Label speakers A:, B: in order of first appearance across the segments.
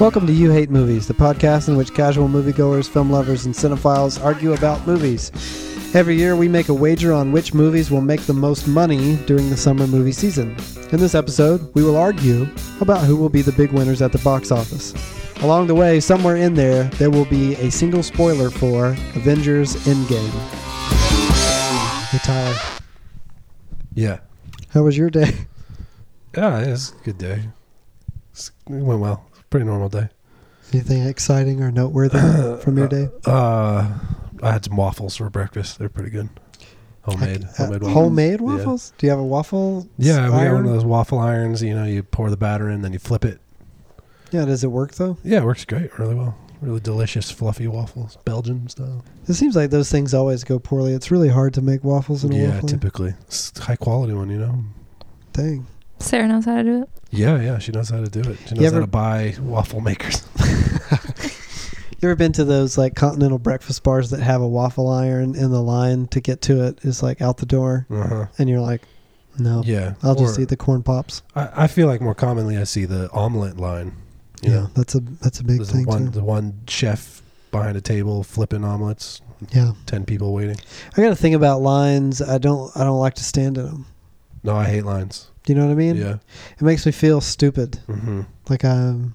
A: Welcome to You Hate Movies, the podcast in which casual moviegoers, film lovers, and cinephiles argue about movies. Every year, we make a wager on which movies will make the most money during the summer movie season. In this episode, we will argue about who will be the big winners at the box office. Along the way, somewhere in there, there will be a single spoiler for Avengers Endgame. Hey, Tyler,
B: Yeah.
A: how was your day?
B: Yeah, it was a good day. It's- It went well. It's a pretty normal day.
A: Anything exciting or noteworthy from your day?
B: Uh, I had some waffles for breakfast. They're pretty good. Homemade.
A: Uh,
B: homemade waffles.
A: homemade
B: Yeah.
A: waffles? Do you have a waffle?
B: Yeah, we got one
A: iron?
B: of those waffle irons. You know, you pour the batter in, then you flip it.
A: Yeah, does it work though?
B: Yeah, it works great. Really well. Really delicious, fluffy waffles. Belgian style.
A: It seems like those things always go poorly. It's really hard to make waffles in a
B: yeah,
A: waffle.
B: typically. It's a high quality one, you know?
A: Dang.
C: Sarah knows how to do it.
B: Yeah, yeah. She knows how to do it. She knows
A: ever-
B: how to buy waffle makers.
A: You ever been to those like continental breakfast bars that have a waffle iron and the line to get to it is like out the door
B: Uh huh.
A: and you're like, No.
B: Yeah.
A: Uh-huh. I'll just
B: Or-
A: eat the corn pops.
B: I, I feel like more commonly I see the omelet line. You
A: Yeah.
B: know?
A: That's a that's a big
B: There's
A: thing
B: one,
A: too.
B: the one chef behind a table flipping omelets,
A: Yeah.
B: ten people waiting.
A: I got a thing about lines. I don't I don't like to stand in them.
B: No, I hate lines.
A: Do you know what I mean?
B: yeah,
A: It makes me feel stupid.
B: hmm
A: Like I'm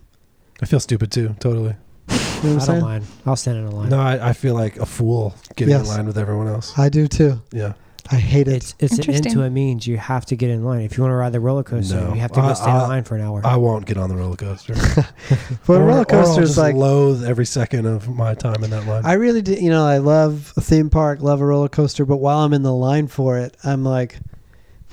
B: I feel stupid too. Totally.
A: you know what I'm
D: I
A: saying?
D: don't mind. I'll stand in a line.
B: No, I, I feel like a fool getting
A: Yes.
B: in line with everyone else.
A: I do too.
B: Yeah.
A: I hate it.
D: It's it's an end
C: Interesting.
D: to a means. You have to get in line. If you want to ride the roller coaster,
B: No.
D: you have to go
B: I-
D: stand
B: I-
D: in line for an hour.
B: I won't get on the roller coaster.
A: but
B: Or-
A: roller
B: or I'll
A: coasters
B: just
A: like
B: loathe every second of my time in that line.
A: I really do. You know, I love a theme park, love a roller coaster, but while I'm in the line for it, I'm like,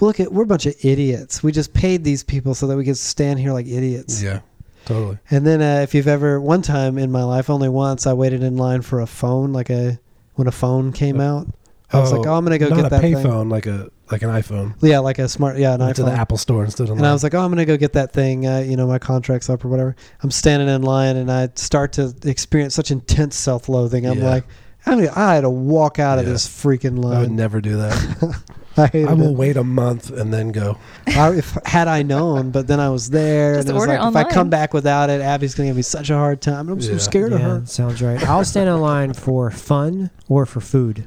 A: look at we're a bunch of idiots. We just paid these people so that we could stand here like idiots.
B: yeah, totally.
A: And then uh, if you've ever one time in my life, only once, I waited in line for a phone, like a when a phone came out. I was like, oh, I'm gonna go
B: not
A: get
B: a
A: that thing.
B: payphone, like a like an iPhone.
A: Yeah, like a smart, yeah, an
B: Went to the
A: iPhone.
B: Apple store and stood in
A: And
B: line.
A: I was like, oh, I'm going to go get that thing. Uh, you know, my contract's up or whatever. I'm standing in line and I start to experience such intense self loathing. I'm
B: Yeah.
A: like, I'm gonna, I had to walk out of
B: Yeah.
A: this freaking
B: I would
A: line.
B: never do that.
A: I hated
B: I will
A: it.
B: wait a month and then go.
A: I, if, had I known, but then I was there.
C: Just
A: and it was
C: order
A: like, if I
C: online.
A: come back without it, Abby's going to give me such a hard time. I'm so
B: Yeah.
A: scared of
D: yeah,
A: her.
D: sounds right. I'll stand in line for fun or for food.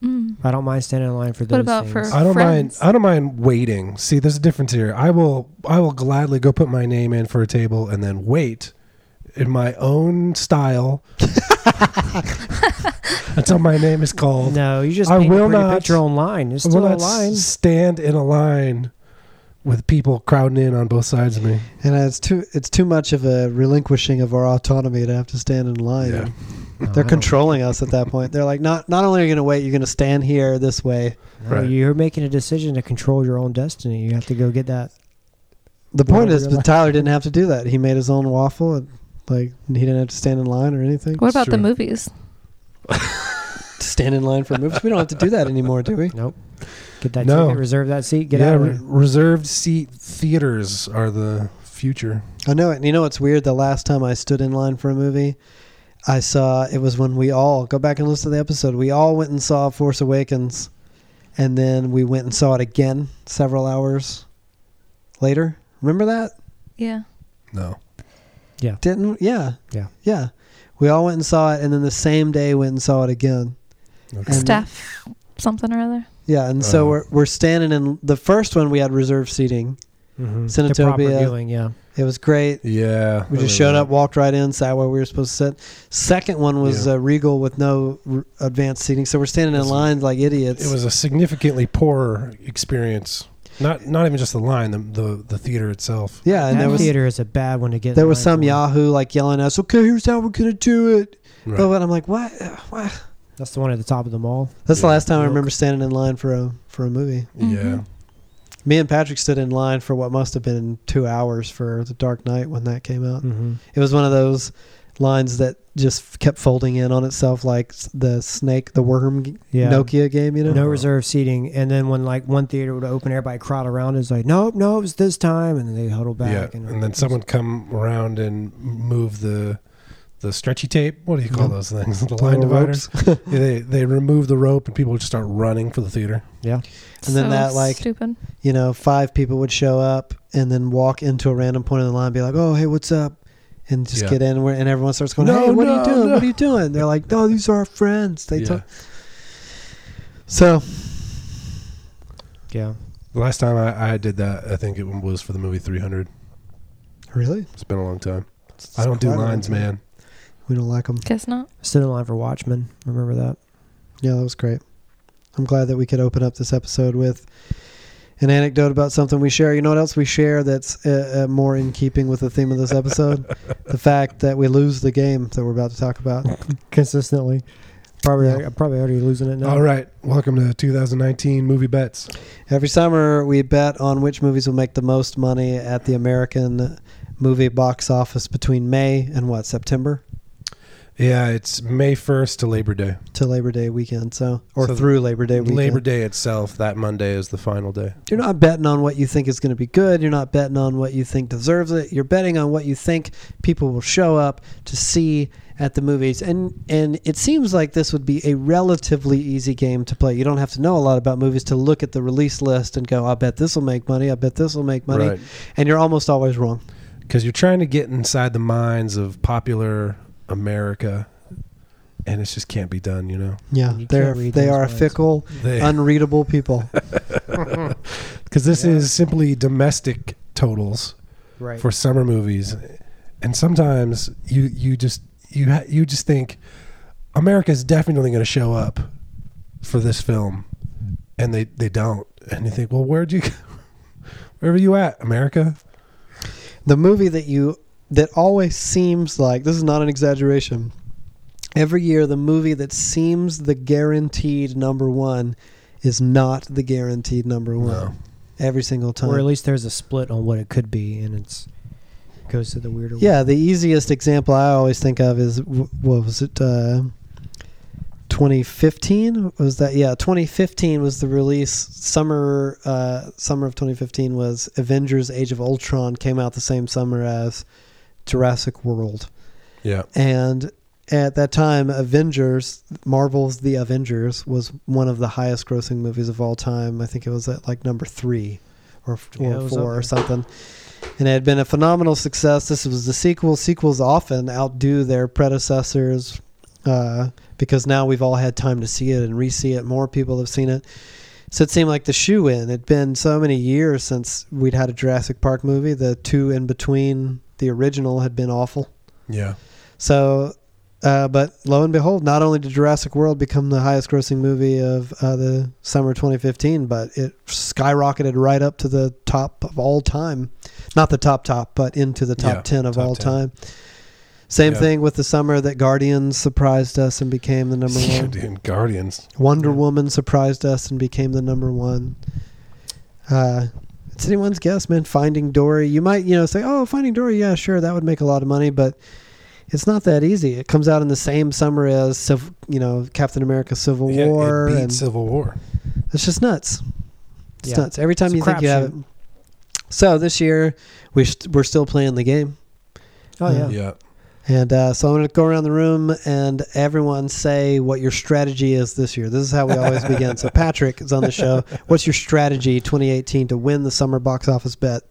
C: Mm.
D: I don't mind standing in line for those
C: about for-
D: things.
B: I don't
C: friends.
B: mind. I don't mind waiting. See, there's a difference here. I will. I will gladly go put my name in for a table and then wait in my own style until my name is called.
D: no, you just
B: I
D: paint a
B: will
D: pretty
B: not-
D: picture online. It's
B: I will
D: still a
B: not
D: line.
B: stand in a line with people crowding in on both sides of me.
A: And it's too, it's too much of a relinquishing of our autonomy to have to stand in line.
B: Yeah.
D: No, I
A: They're
D: don't-
A: controlling us at that point. They're like, not, not only are you going to wait, you're going to stand here this way.
D: no,
B: Right.
D: You're making a decision to control your own destiny. You have to go get that.
A: The point
D: Whatever
A: is,
D: you
A: but
D: like.
A: Tyler didn't have to do that. He made his own waffle, and like he didn't have to stand in line or anything.
C: What about the
B: true.
C: movies?
A: To stand in line for movies, we don't have to do that anymore, do we?
D: Nope. Get that
B: No.
D: ticket. Reserve that seat. Get
B: yeah,
D: out. of
B: re-
D: there.
B: reserved seat theaters are the future.
A: I know it. And you know what's weird? The last time I stood in line for a movie, I saw it was when we all go back and listen to the episode. We all went and saw Force Awakens, and then we went and saw it again several hours later. Remember that?
C: Yeah.
B: No.
A: Didn't? Yeah.
D: Yeah.
A: Yeah. We all went and saw it, and then the same day went and saw it again.
B: Okay.
A: And-
C: Staff something or other.
A: Yeah, and so
B: Uh-huh.
A: we're we're standing in the first one. We had reserved seating.
D: Mhm. The proper
A: Cinetopia.
D: viewing, yeah.
A: It was great.
B: Mm-hmm. Yeah. Uh,
A: We just showed up, walked right in, sat where we were supposed to sit. Second one was
B: Yeah.
A: uh, Regal with no r- advanced seating, so we're standing in
B: It's-
A: line like idiots.
B: It was a significantly poorer experience. Not not even just the line, the the, the theater itself.
A: yeah, and
D: that
A: there was
D: theater is a bad one to get. in
A: there was
D: line
A: some
D: for.
A: Yahoo like yelling at us, "Okay, here's how we're gonna do it."
B: Right.
A: But I'm like, "What? Uh, what?"
D: That's the one at the top of the mall.
A: That's the
B: Yeah.
A: last time I
D: Milk.
A: remember standing in line for a for a movie.
B: Yeah.
C: Mhm.
A: Mm-hmm. Me and Patrick stood in line for what must have been two hours for The Dark Knight when that came out.
D: Mm-hmm.
A: It was one of those lines that just f- kept folding in on itself, like s- the snake, the worm g-
D: Yeah.
A: Nokia game, you know?
D: No reserve seating, and then when like one theater would open, everybody crowd around. It's like, nope, no, it was this time, and then they huddle back.
B: yeah.
D: and,
B: And then someone come around and move the the stretchy tape. What do you call
A: Yeah.
B: those things? The
A: Mm-hmm. The
B: line
A: little
B: dividers. Yeah, they they remove the rope and people just start running for the theater.
D: yeah,
A: And then
C: So
A: that, like-
C: stupid.
A: You know, five people would show up and then walk into a random point in the line and be like, oh, hey, what's up? and just
B: Yeah.
A: get in where- and everyone starts going,
B: No,
A: "Hey, what are you
B: no,
A: doing?
B: no."
A: What are you doing?" They're like, "No, these are our friends." They
B: Yeah.
A: talk. So
D: Yeah.
B: The last time I, I did that, I think it was for the movie 300.
A: really,
B: It's been a long time.
A: It's
B: I don't do
A: quite a long
B: lines,
A: time.
B: man.
A: We don't like them.
C: Guess not.
D: Stood in line for Watchmen. Remember that?
A: Yeah, that was great. I'm glad that we could open up this episode with an anecdote about something we share. You know what else we share that's uh, uh, more in keeping with the theme of this episode? the fact that we lose the game that we're about to talk about.
D: Consistently. Probably,
A: Yeah.
D: I'm probably already losing it now.
B: All right. Welcome to 2019 Movie Bets.
A: Every summer, we bet on which movies will make the most money at the American movie box office between May and what, September
B: Yeah, it's May 1st to Labor Day.
A: to Labor Day weekend. So, or
B: So
A: through Labor Day weekend.
B: Labor Day itself, that Monday is the final day.
A: You're not betting on what you think is going to be good. You're not betting on what you think deserves it. You're betting on what you think people will show up to see at the movies. And and it seems like this would be a relatively easy game to play. You don't have to know a lot about movies to look at the release list and go, "I bet this will make money. I bet this will make money."
B: Right.
A: And you're almost always wrong.
B: Because you're trying to get inside the minds of popular America, and it just can't be done, you know?
A: Yeah,
D: You can't
A: they're
D: read
A: they
D: those
A: are a
D: words.
A: fickle, unreadable people.
B: Because this is simply domestic totals
D: Right.
B: for summer movies, and sometimes you you just you ha- you just think America's definitely going to show up for this film, and they they don't, and you think, well, where'd you, where were you at, America?
A: the movie that you that always seems like this is not an exaggeration every year the movie that seems the guaranteed number one is not the guaranteed number one
B: No.
A: every single time
D: or at least there's a split on what it could be, and it's goes to the weirder. one.
A: yeah the easiest example i always think of is wh- what was it uh 2015 was that yeah 2015 was the release summer uh summer of 2015 was avengers age of ultron came out the same summer as jurassic world
B: Yeah,
A: And at that time, Avengers, Marvel's The Avengers, was one of the highest grossing movies of all time. I think it was at like number three or,
D: Yeah, it
A: or
D: was up
A: four or
D: there.
A: something. And it had been a phenomenal success. This was the sequel. Sequels often outdo their predecessors uh, because now we've all had time to see it and re see it. More people have seen it. So it seemed like the shoe in. It'd been so many years since we'd had a Jurassic Park movie. The two in between the original had been awful.
B: yeah.
A: So, uh, but lo and behold, not only did Jurassic World become the highest grossing movie of uh, the summer 2015, but it skyrocketed right up to the top of all time. Not the top, top, but into the top
B: Yeah,
A: 10 of
B: top
A: all
B: 10.
A: time. Same
B: Yeah.
A: thing with the summer that Guardians surprised us and became the number
B: Yeah,
A: one.
B: dude, Guardians.
A: Wonder
D: Yeah.
A: Woman surprised us and became the number one. Uh, it's anyone's guess, man. Finding Dory, you might you know say, oh, Finding Dory, yeah, sure, that would make a lot of money, but it's not that easy. It comes out in the same summer as Civ- you know Captain America: Civil
B: Yeah,
A: War,
B: it beat
A: and
B: Civil War.
A: it's just nuts. It's
D: Yeah.
A: nuts. Every time
D: It's a
A: you think you have it.
D: crapshoot.
A: So this year we st- we're still playing the game.
D: Oh yeah.
B: yeah.
A: And uh, so I'm going to go around the room and everyone say what your strategy is this year. This is how we always begin. So Patrick is on the show. What's your strategy 2018 to win the summer box office bet?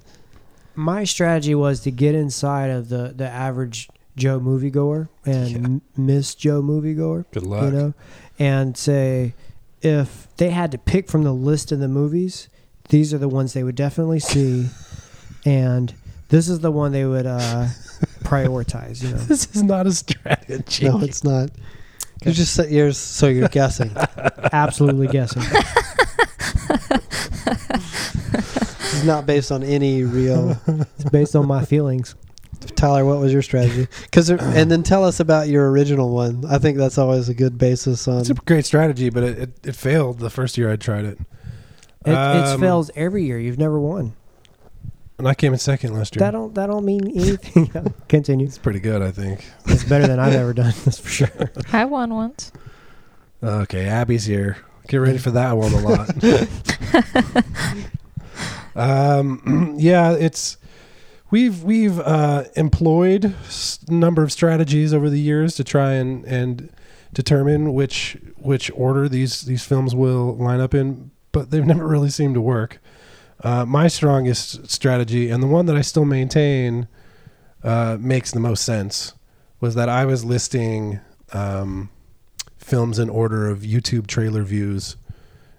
D: My strategy was to get inside of the the average Joe moviegoer and
B: Yeah.
D: m- miss Joe moviegoer.
B: Good luck.
D: You know, and say if they had to pick from the list of the movies, these are the ones they would definitely see, and this is the one they would uh, prioritize. You know,
B: This is not a strategy.
A: No, it's not. You
D: Okay.
A: just set yours so you're guessing.
D: absolutely guessing.
A: This is not based on any real.
D: It's based on my feelings.
A: Tyler, what was your strategy? Cause there- and then tell us about your original one. I think that's always a good basis on.
B: It's a great strategy, but it, it, it failed the first year I tried it.
D: It, it
B: Um,
D: fails every year. You've never won.
B: And I came in second last year.
D: That don't that don't mean anything. Continue.
B: It's pretty good, I think.
D: It's better than I've ever done. That's for sure.
C: I won once.
B: Okay, Abby's here. Get ready for that one a lot. um, yeah, it's we've we've uh, employed s- number of strategies over the years to try and and determine which which order these these films will line up in, but they've never really seemed to work. Uh, my strongest strategy and the one that I still maintain uh, makes the most sense was that I was listing um, films in order of YouTube trailer views.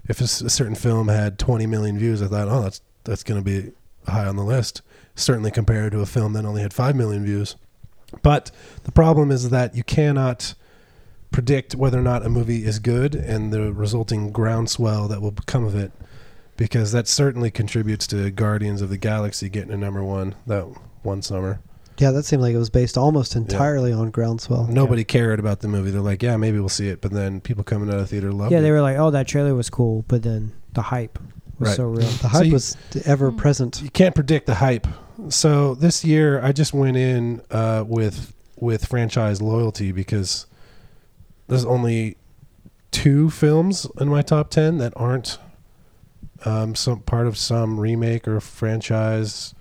B: If a, s- a certain film had 20 million views, I thought, oh, that's that's going to be high on the list. Certainly compared to a film that only had 5 million views. But the problem is that you cannot predict whether or not a movie is good and the resulting groundswell that will become of it because that certainly contributes to Guardians of the Galaxy getting a number 1 that one summer.
A: Yeah, that seemed like it was based almost entirely on groundswell.
B: Nobody cared about the movie. They're like, yeah, maybe we'll see it, but then people coming out of the theater loved
D: yeah,
B: it.
D: they were like, "Oh, that trailer was cool," but then the hype was
B: Right.
D: so real.
A: The hype
B: you-
A: was
B: hmm.
A: ever present.
B: you can't predict the hype. So this year, I just went in uh, with with franchise loyalty because there's only two films in my top ten that aren't um, some part of some remake or franchise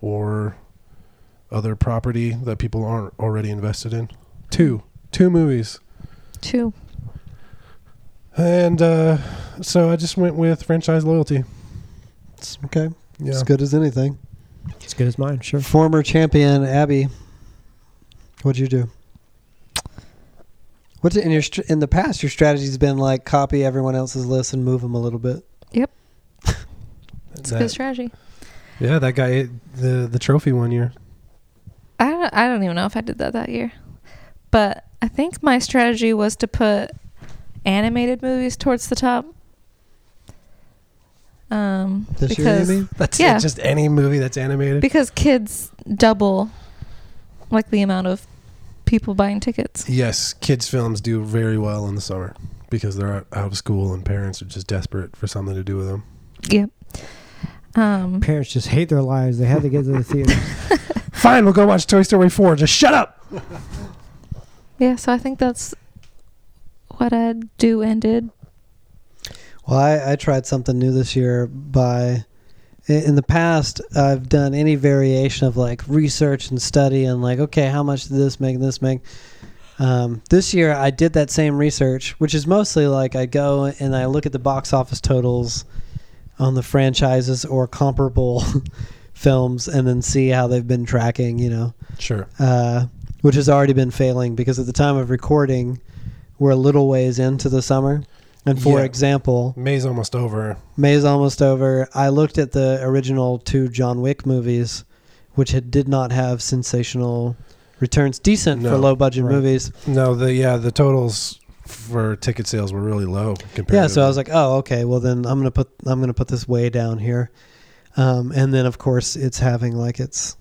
B: or other property that people aren't already invested in. Two, two movies.
C: Two.
B: And uh, so I just went with franchise loyalty.
A: It's okay.
B: Yeah.
A: As good as anything.
D: As good as mine, sure.
A: Former champion Abby, what'd you do? What's in your str- in the past? Your strategy's been like copy everyone else's list and move them a little bit.
C: It's a
B: That-
C: good strategy.
B: yeah, that guy ate the the trophy one year.
C: I don't, I don't even know if I did that that year. But I think my strategy was to put animated movies towards the top. Um,
A: This year,
C: because,
A: Amy?
B: That's
C: Yeah.
B: just any movie that's animated.
C: because kids double like the amount of people buying tickets.
B: yes, kids films do very well in the summer because they're out, out of school and parents are just desperate for something to do with them.
C: Yep. Um,
D: Parents just hate their lives. They had to get to the theater.
B: Fine, we'll go watch Toy Story 4. Just shut up.
C: yeah, so I think that's what I do and did.
A: Well, I, I tried something new this year by. i- In the past, I've done any variation of like research and study and like, okay, how much did this make and this make? Um, this year, I did that same research, which is mostly like I go and I look at the box office totals on the franchises or comparable films and then see how they've been tracking, you know
B: Sure.
A: uh, which has already been failing because at the time of recording, we're a little ways into the summer. And for
B: Yeah.
A: example,
B: May's almost over.
A: May is almost over. I looked at the original two John Wick movies, which had, did not have sensational returns, decent for
B: No.
A: low budget
D: Right.
A: movies.
B: No, the yeah, the totals for ticket sales were really low compared
A: Yeah,
B: to
A: so I was like, oh, okay. Well, then I'm gonna put I'm gonna put this way down here, um, and then of course it's having like its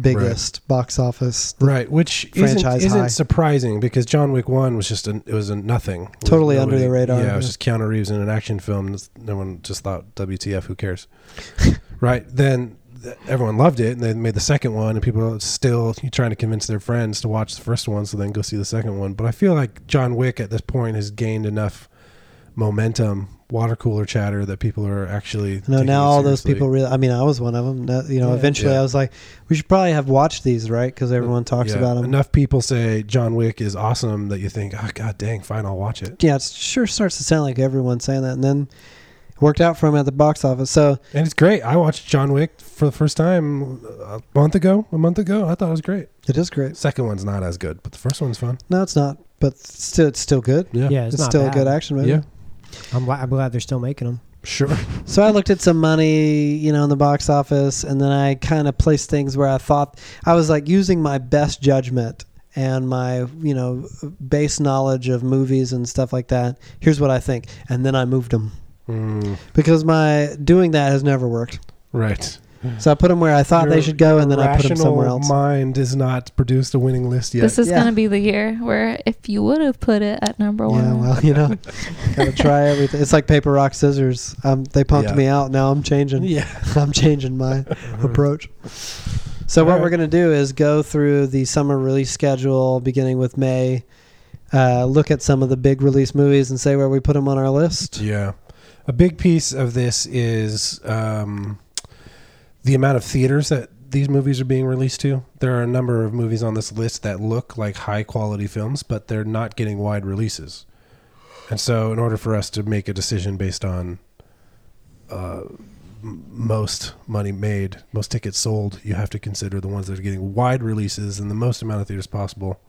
A: biggest box office.
B: Right, which
A: Franchise
B: isn't,
A: high.
B: isn't surprising because John Wick One was just an, it was a nothing, It was
A: Totally under the radar,
B: Yeah, it was
A: yeah.
B: just Keanu Reeves in an action film. and No one just thought WTF? Who cares? right then, th- everyone loved it, and they made the second one, and people are still trying to convince their friends to watch the first one, so then go see the second one. But I feel like John Wick at this point has gained enough momentum, water cooler chatter that people are actually
A: No,
B: taking
A: now
B: it
A: all those
B: seriously.
A: people really. I mean, I was one of them. you know,
D: Yeah.
A: eventually
B: Yeah. Mm,
A: I was like, we should probably have watched these, right? Because everyone talks
B: Yeah,
A: about them.
B: Enough people say John Wick is awesome that you think, oh god dang, fine, I'll watch it.
A: Yeah, it sure starts to sound like everyone's saying that, and then it worked out for him at the box office. So
B: And it's great. I watched John Wick for the first time a month ago. A month ago, I thought it was great.
A: it is great.
B: Second one's not as good, but the first one's fun.
A: No, it's not, but still, it's still good.
B: Yeah,
D: Yeah,
A: It's,
D: it's, not
A: still
D: bad.
A: a good action movie.
B: yeah,
D: I'm, gl- I'm glad they're still making them.
B: sure.
A: So I looked at some money, you know, in the box office, and then I kind of placed things where I thought I was like using my best judgment and my, you know, base knowledge of movies and stuff like that. Here's what I think, and then I moved them.
B: Mm,
A: because my doing that has never worked.
B: right.
A: So I put them where I thought they
B: Your-
A: should go, and
B: your
A: then I put them
B: rational
A: somewhere else.
B: Mind has not produced a winning list yet.
C: This is
A: Yeah.
C: going to be the year where if you would have put it at number
A: yeah,
C: one,
A: well, you know, gotta try everything. It's like paper, rock, scissors. Um, they punked
B: Yeah.
A: me out. Now I'm changing.
B: yeah.
A: I'm changing my approach. So what
B: All right.
A: we're gonna do is go through the summer release schedule, beginning with May. Uh, look at some of the big release movies and say where we put them on our list.
B: Yeah. A big piece of this is um, the amount of theaters that these movies are being released to. There are a number of movies on this list that look like high quality films, but they're not getting wide releases. And so, in order for us to make a decision based on uh, m- most money made, most tickets sold, you have to consider the ones that are getting wide releases in the most amount of theaters possible.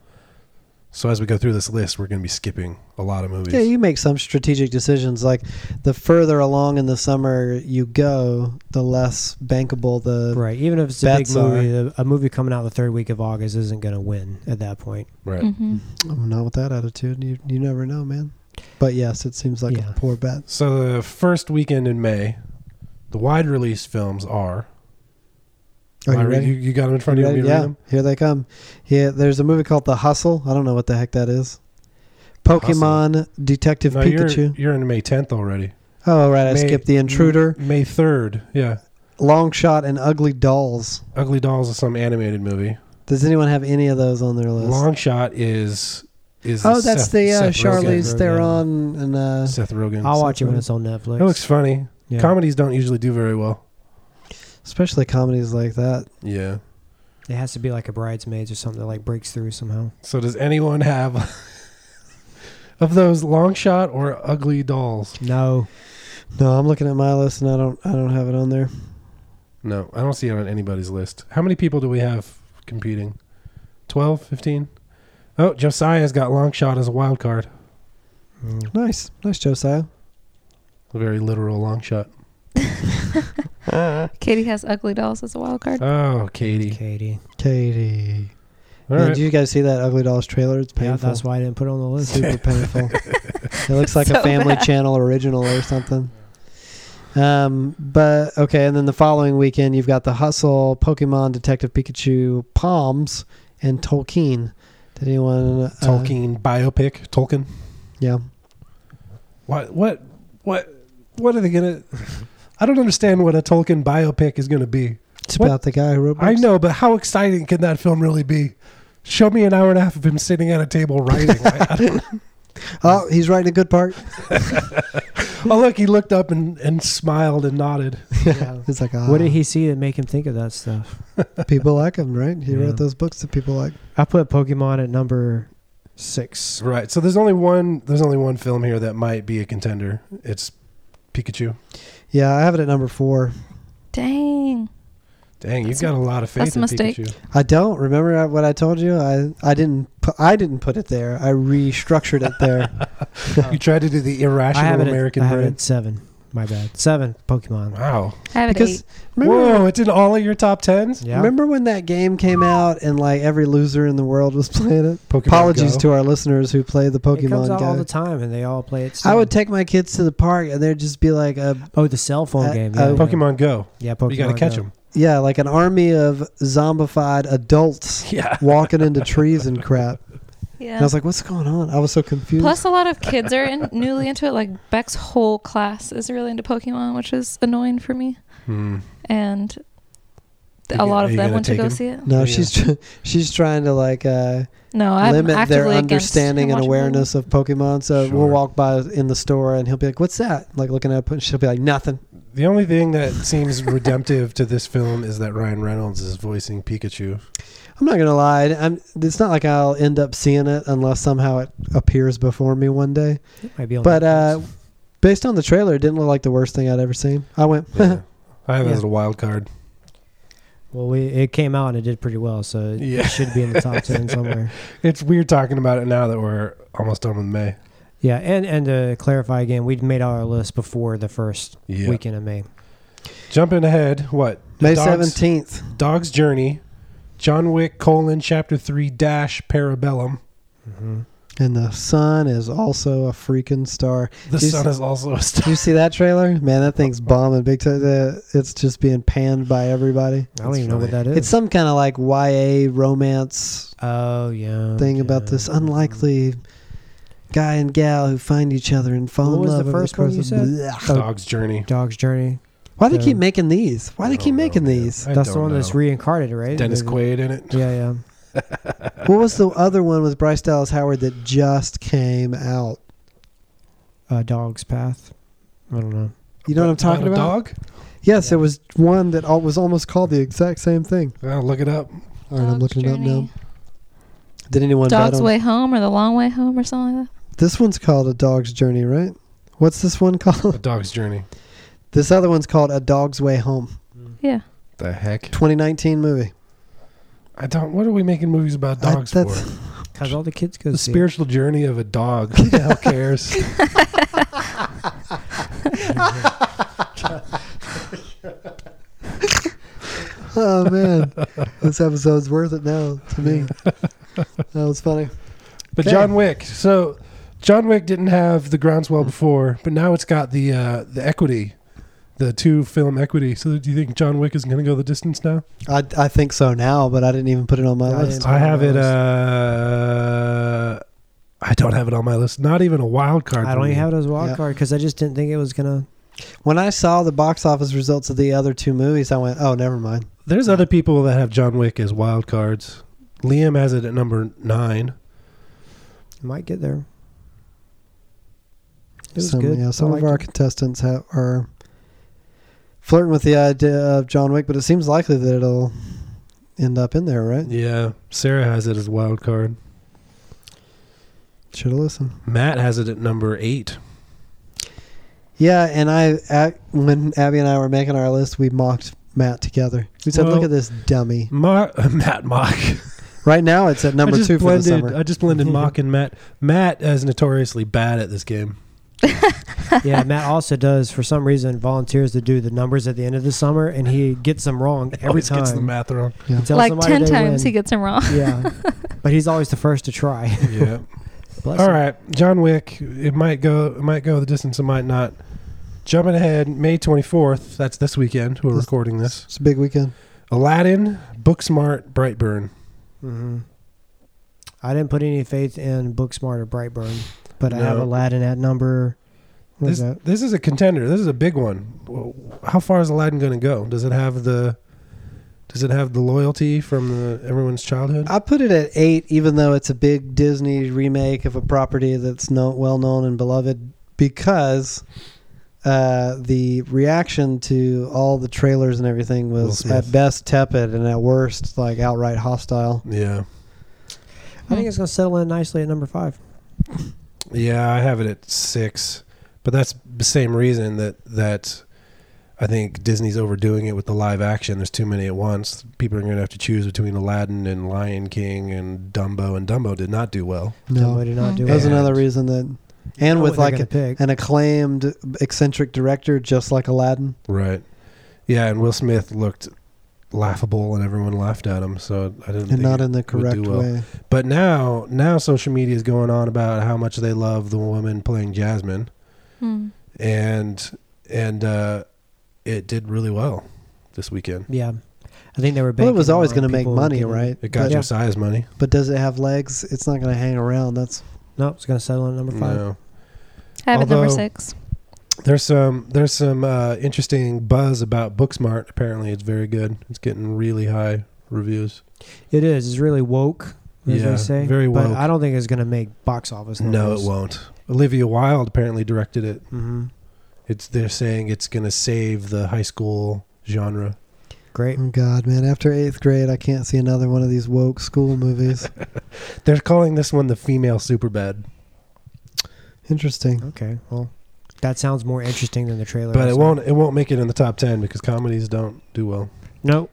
B: So as we go through this list, we're going to be skipping a lot of movies.
A: Yeah, you make some strategic decisions. Like the further along in the summer you go, the less bankable the.
D: Right. Even if it's a big
A: Bets are-
D: movie, a, a movie coming out the third week of August isn't going to win at that point.
B: right.
C: Mm-hmm.
A: I'm Oh, not with that attitude. You you never know, man. But yes, it seems like
D: Yeah.
A: a poor bet.
B: So the first weekend in May, the wide release films are.
A: Are
B: I
A: you
B: read-
A: ready?
B: You, you got them in front
A: You
B: of you.
A: ready?
B: you. want me to read
A: Yeah,
B: them?
A: here they come. Yeah, there's a movie called The Hustle. I don't know what the heck that is. Pokemon Detective
B: No,
A: Pikachu.
B: you're, you're in May 10th already.
A: oh right, I
B: May-
A: skipped The Intruder,
B: May 3rd. Yeah.
A: Long Shot, and Ugly Dolls.
B: Ugly Dolls is some animated movie.
A: Does anyone have any of those on their list?
B: Long Shot is is
A: oh, that's
B: Seth-
A: the uh,
B: Seth Rogen.
A: Charlize
D: Rogen.
A: Theron and uh,
B: Seth Rogen.
D: I'll
B: Seth
D: watch it when
B: Rogen.
D: it's on Netflix.
B: It looks funny.
D: Yeah.
B: Comedies don't usually do very well.
A: especially comedies like that.
B: Yeah.
D: It has to be like a bridesmaids or something that like breaks through somehow.
B: So does anyone have of those Long Shot or Ugly Dolls?
D: No.
A: No, I'm looking at my list and I don't I don't have it on there.
B: No, I don't see it on anybody's list. How many people do we have competing? 12, 15? Oh, Josiah's got long shot as a wild card.
D: Mm.
A: Nice, nice Josiah.
B: A very literal long shot.
C: Katie has ugly dolls as a wild card.
B: Oh, Katie.
D: Katie.
A: Katie.
B: All
A: Man,
B: right.
A: Did you guys see that Ugly Dolls trailer? It's
D: Yeah,
A: painful.
D: that's why I didn't put it on the list.
A: super painful. It looks like a
C: So
A: Family
C: bad.
A: Channel original or something. Um, but okay, and then the following weekend you've got the Hustle, Pokemon, Detective Pikachu, Palms, and Tolkien. Did anyone? Uh,
B: Tolkien biopic. Tolkien.
A: Yeah.
B: What? What? What? What are they gonna? I don't understand what a Tolkien biopic is gonna be.
A: It's
B: What?
A: about the guy who wrote. Books.
B: I know, but how exciting can that film really be? Show me an hour and a half of him sitting at a table writing. I, I don't,
A: Oh, he's writing a good part.
B: oh, look, he looked up and, and smiled and nodded.
D: Yeah.
A: It's like, ah,
D: What did he see that make him think of that stuff?
A: people like him, right? He
D: Yeah.
A: wrote those books that people like.
D: I put Pokemon at number six.
B: Right. So there's only one. There's only one film here that might be a contender. It's Pikachu.
A: Yeah, I have it at number four.
C: Dang.
B: Dang,
C: That's
B: you've got a lot of faith
C: that's a
B: in
C: mistake.
B: Pikachu.
A: I don't remember I- what I told you. I I didn't pu- I didn't put it there. I restructured it there.
B: You tried to do the
D: I have
B: irrational
D: it at-
B: American
D: I have it
B: brain.
D: at seven. My bad. Seven Pokemon.
B: Wow.
C: I have an
A: because
C: eight.
A: remember,
B: Whoa! It's in all of your top tens.
D: Yeah.
A: remember when that game came out and like every loser in the world was playing it.
B: Pokemon
A: Apologies
B: Go.
A: to our listeners who play the
D: it comes
A: Pokemon
D: out all the
A: game.
D: time, and they all play it.
A: I
D: still.
A: would take my kids to the park and there'd just be like a
D: oh, the cell phone
A: Uh,
D: game.
A: uh,
D: Yeah, yeah.
B: Pokemon Go.
D: Yeah, Pokemon.
B: you got to catch
D: Go.
B: him.
A: yeah like an army of zombified adults
B: Yeah.
A: walking into trees and crap.
C: Yeah.
A: And I was like, what's going on? I was so confused.
C: Plus, a lot of kids are in, newly into it. Like Beck's whole class is really into Pokemon, which is annoying for me.
B: Hmm.
C: And th-
B: Are
C: a
B: you-
C: lot
B: are
C: of
B: you
C: them
B: gonna
C: went to
B: take
C: go
B: him?
C: see it.
A: no,
B: Yeah.
A: she's tr- she's trying to like uh,
C: No, I'm
A: limit
C: actively
A: their
C: against him
A: understanding and
C: watching
A: awareness of Pokemon. So
B: Sure.
A: we'll walk by in the store and he'll be like, "What's that?" Like looking up, and she'll be like, "Nothing."
B: The only thing that seems redemptive to this film is that Ryan Reynolds is voicing Pikachu.
A: I'm not gonna lie. I'm, it's not like I'll end up seeing it unless somehow it appears before me one day.
D: It might be on
A: But
D: Netflix.
A: uh, based on the trailer, it didn't look like the worst thing I'd ever seen. I went,
B: Yeah. I have it
D: Yeah.
B: as a wild card.
D: well, we, it came out and it did pretty well, so it
B: Yeah.
D: should be in the top ten somewhere.
B: It's weird talking about it now that we're almost done with May.
D: Yeah, and and to clarify again, we'd made all our list before the first
B: Yeah.
D: weekend of May.
B: Jumping ahead, what?
A: May
B: Dogs-
A: seventeenth.
B: Dog's Journey, John Wick colon chapter three dash Parabellum.
D: hmm
A: And the sun is also a freaking star.
B: The
A: Is-
B: sun is also a
A: Do
B: star.
A: you see that trailer? Man, that thing's bombing big time. The- It's just being panned by everybody.
D: I don't
B: That's
D: even know what that is.
A: It's some kind of like YA romance
D: oh yeah,
A: thing about
D: okay.
A: this unlikely guy and gal who find each other and fall
D: What
A: in
D: was the
A: love. over
D: first one you
A: course of-
D: said?
A: Blech.
D: Oh,
B: Dog's Journey.
D: Dog's Journey.
A: Why do they keep
D: Um,
A: making these? Why do
B: I
A: they keep
B: don't know,
A: making
B: Oh, man.
A: these?
B: I
D: That's the
B: don't
D: one that's
B: know.
D: reincarnated, right?
B: Dennis
D: The-
B: Quaid in it.
D: Yeah, yeah.
A: What was the other one with Bryce Dallas Howard that just came out?
D: Uh, Dog's Path. I don't know.
A: You know what I'm talking
B: a
A: about?
B: Dog?
A: Yes,
D: Yeah.
A: there was one that al- was almost called the exact same thing.
B: Well, look it up.
A: All right, I'm
C: Dog's
A: looking it up now.
C: Journey.
A: Did anyone bet
C: Dog's
A: on
C: Way Home or The Long Way Home or something like
A: this one's called A Dog's Journey, right? What's this one
B: A
A: called?
B: Dog's Journey.
A: This other one's called A Dog's Way Home.
C: Yeah.
B: The heck?
A: 2019 movie.
B: I don't. What are we making movies about
A: I-
B: dogs
A: that's-
B: for?
D: Because all the kids go
B: The
D: see it.
B: spiritual journey of a dog. Who the hell cares?
A: Oh man, this episode's worth it now to me. That was funny.
B: But
A: Okay.
B: John Wick. So John Wick didn't have the groundswell before, but now it's got the uh, the equity, the two film equity. So do you think John Wick is going to go the distance now?
A: I, I think so now, but I didn't even put it on my
D: I
A: list.
D: It's
B: I have it.
D: on my list.
B: Uh, I don't have it on my list. Not even a wild card.
D: I
B: for
D: don't
B: me.
D: even have it as a wild
A: Yeah.
D: card because I just didn't think it was gonna.
A: When I saw the box office results of the other two movies, I went, "Oh, never mind."
B: There's other people that have John Wick as wild cards. Liam has it at number nine.
D: It might get there. It was
A: some,
D: good.
A: Yeah, some
D: I
A: of
D: liked
A: our
D: it.
A: contestants have, are flirting with the idea of John Wick, but it seems likely that it'll end up in there, right?
B: Yeah, Sarah has it as wild card.
A: Should have listened.
B: Matt has it at number eight.
A: Yeah, and I at, when Abby and I were making our list, we mocked Matt together. We said, "Look
B: Well-
A: at this dummy."
B: Ma- Matt Mock.
A: Right now, it's at
B: I
A: number
B: just
A: two for the
B: blended,
A: summer.
B: I just blended Mock and Matt. Matt is notoriously bad at this game.
D: yeah, Matt also does for some reason volunteers to do the numbers at the end of the summer, and he gets them wrong every
B: Always
D: time.
B: gets the math wrong.
A: Yeah.
D: He tells
C: like
D: somebody
C: 10
D: they
C: times
D: win.
C: he gets him wrong.
D: Yeah, but he's always the first to try.
B: Yeah.
D: Bless
B: All
D: him.
B: right, John Wick. It might go. It might go the distance. It might not. Jumping ahead, May twenty fourth. That's this weekend. We're
A: This-
B: recording this.
A: It's a big weekend.
B: Aladdin, Booksmart, Brightburn.
D: Mm-hmm. I didn't put any faith in Booksmart or Brightburn, but I have
B: No.
D: Aladdin at number. What
B: This
D: is that?
B: this is a contender. This is a big one. Well, How far is Aladdin going to go? Does it have the Does it have the loyalty from the, everyone's childhood?
A: I put it at eight, even though it's a big Disney remake of a property that's no, well known and beloved, because uh, the reaction to all the trailers and everything was
B: Will Smith.
A: at best tepid and at worst like outright hostile.
B: yeah,
D: I think it's going to settle in nicely at number five.
B: yeah. I have it at six, but that's the same reason that that I think Disney's overdoing it with the live action. There's too many at once. People are going to have to choose between Aladdin and Lion King and Dumbo, and Dumbo did not do well.
D: Dumbo
A: No,
D: did
C: Hmm.
D: not do
A: that was
D: well.
B: And-
A: another reason that,
D: You
A: and
D: know
A: with
D: what
A: like
D: they're
A: a,
D: gonna pick.
A: an acclaimed eccentric director, just like Aladdin.
B: Right. Yeah, and Will Smith looked laughable, and everyone laughed at him. So I didn't.
A: And
B: think
A: not
B: it-
A: in the
B: do
A: correct
B: well.
A: way.
B: But now, now social media is going on about how much they love the woman playing Jasmine,
C: Hmm.
B: and and uh, it did really well this weekend.
D: yeah, I think they were.
A: Well, it was
D: banking
A: always
D: on
A: going to make
D: people
A: money,
D: getting-
A: right?
B: It got
A: but,
B: Josiah's money.
A: but does it have legs? It's not going to hang around. That's
D: No, it's going to settle in number five.
B: No.
C: I have it number
B: Although-
C: six.
B: There's some there's some uh, interesting buzz about Booksmart. Apparently, it's very good. It's getting really high reviews.
D: It is. It's really woke. As
B: Yeah,
D: they say.
B: very
D: But
B: woke.
D: I don't think it's going to make box office.
B: No, it won't. Olivia Wilde apparently directed it.
D: Mm-hmm.
B: It's they're saying it's going to save the high school genre.
D: Great.
A: Oh God, man! After eighth grade, I can't see another one of these woke school movies.
B: They're calling this one the female Superbad,
A: Interesting.
D: Okay. Well, that sounds more interesting than the trailer.
B: but
D: I
B: it
D: saw.
B: won't it won't make it in the top ten because comedies don't do well.
D: Nope.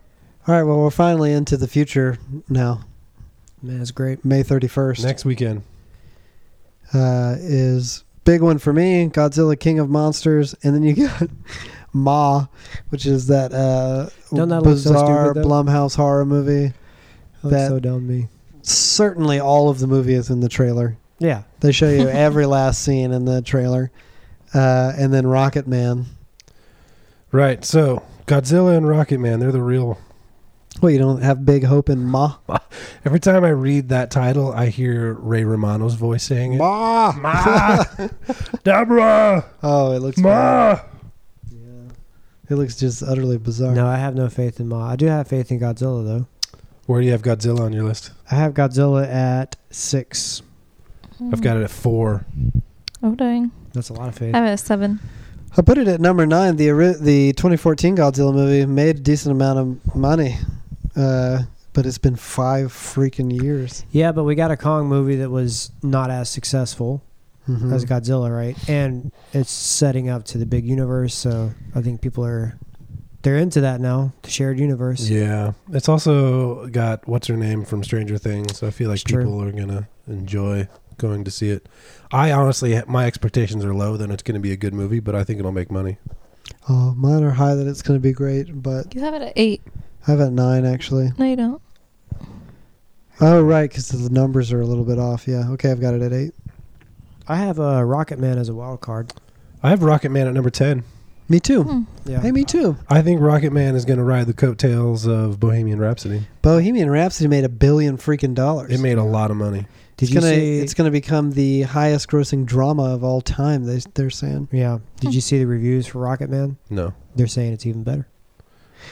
A: All right, well, we're finally into the future now.
D: Man, it's great.
A: May thirty first
B: Next weekend,
A: uh, is big one for me. Godzilla, King of Monsters, and then you got Ma, which is that, uh,
D: Don't that look so
A: bizarre
D: stupid, though?
A: Blumhouse horror movie.
D: That looks
A: That-
D: so dumb to me.
A: Certainly, all of the movie is in the trailer.
D: Yeah.
A: They show you every last scene in the trailer, uh, and then Rocket Man.
B: right? So Godzilla and Rocket Man, they're the real.
A: Well, you don't have big hope in Ma.
B: Every time I read that title, I hear Ray Romano's voice saying it.
A: Ma.
B: Ma, Deborah,
A: Oh, it looks.
B: Ma.
A: It looks just utterly bizarre.
D: No, I have no faith in Ma. I do have faith in Godzilla though.
B: Where do you have Godzilla on your list?
D: I have Godzilla at six.
B: I've got it at four.
C: Hmm. Oh, dang.
D: That's a lot of
C: I
D: faith.
C: have it at seven.
A: I put it at number nine. The ori- the 2014 Godzilla movie made a decent amount of money, uh, but it's been five freaking years.
D: Yeah, but we got a Kong movie that was not as successful.
A: Mhm.
D: as Godzilla, right? And it's setting up to the big universe, so I think people are they're into that now, the shared universe.
B: Yeah, it's also got what's her name from Stranger Things. So I feel like
D: It's true.
B: people are gonna enjoy going to see it. I honestly, my expectations are low. Then it's gonna be a good movie, but I think it'll make money.
A: Oh, mine are high that it's going to be great, but
C: You have it at eight.
A: I have it at nine actually.
C: No, you don't.
A: Oh, right, because the numbers are a little bit off. Yeah. Okay, I've got it at eight.
D: I have a Rocket Man as a wild card.
B: I have Rocket Man at number ten.
A: Me too.
C: Hmm.
D: Yeah.
A: Hey, me too.
B: I think Rocket Man is gonna ride the coattails of Bohemian Rhapsody.
A: Bohemian Rhapsody made a billion freaking dollars.
B: It made a lot of money.
D: Did
A: it's
D: you
A: gonna
D: see
A: it's gonna become the highest grossing drama of all time. They they're saying.
D: Yeah. Did
A: Hmm.
D: you see the reviews for Rocket Man?
B: No,
D: They're saying it's even better.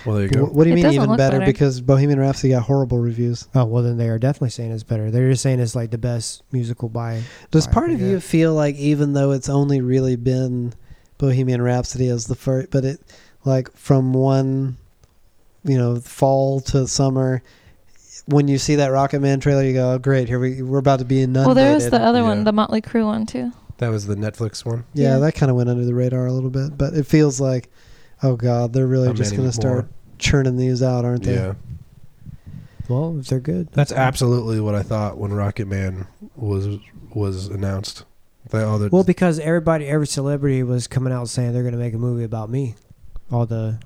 B: well there you
A: Wh-
B: go.
A: What do you
C: It
A: mean
C: doesn't
A: even
C: look
A: better?
C: better.
A: Because Bohemian Rhapsody got horrible reviews.
D: Oh well, then they are definitely saying it's better. They're just saying it's like the best musical by.
A: Does
D: Right,
A: part of
D: yeah.
A: you feel like even though it's only really been Bohemian Rhapsody as the first, but it like from one, you know, fall to summer. When you see that Rocket Man trailer, you go, oh, "Great! Here we we're about to be inundated."
C: Well, there was the other
B: Yeah.
C: one, the Motley Crue one too.
B: That was the Netflix one.
A: Yeah,
C: Yeah.
A: that kind of went under the radar a little bit, but it feels like, oh god, they're really
B: How
A: just
B: many
A: going to start
B: more?
A: churning these out, aren't they?
B: Yeah,
D: Well, if they're good.
B: that's absolutely what I thought when Rocket Man was was announced. They, oh, they're-
D: Well, because everybody, every celebrity was coming out saying they're going to make a movie about me. All the
A: Uh-huh.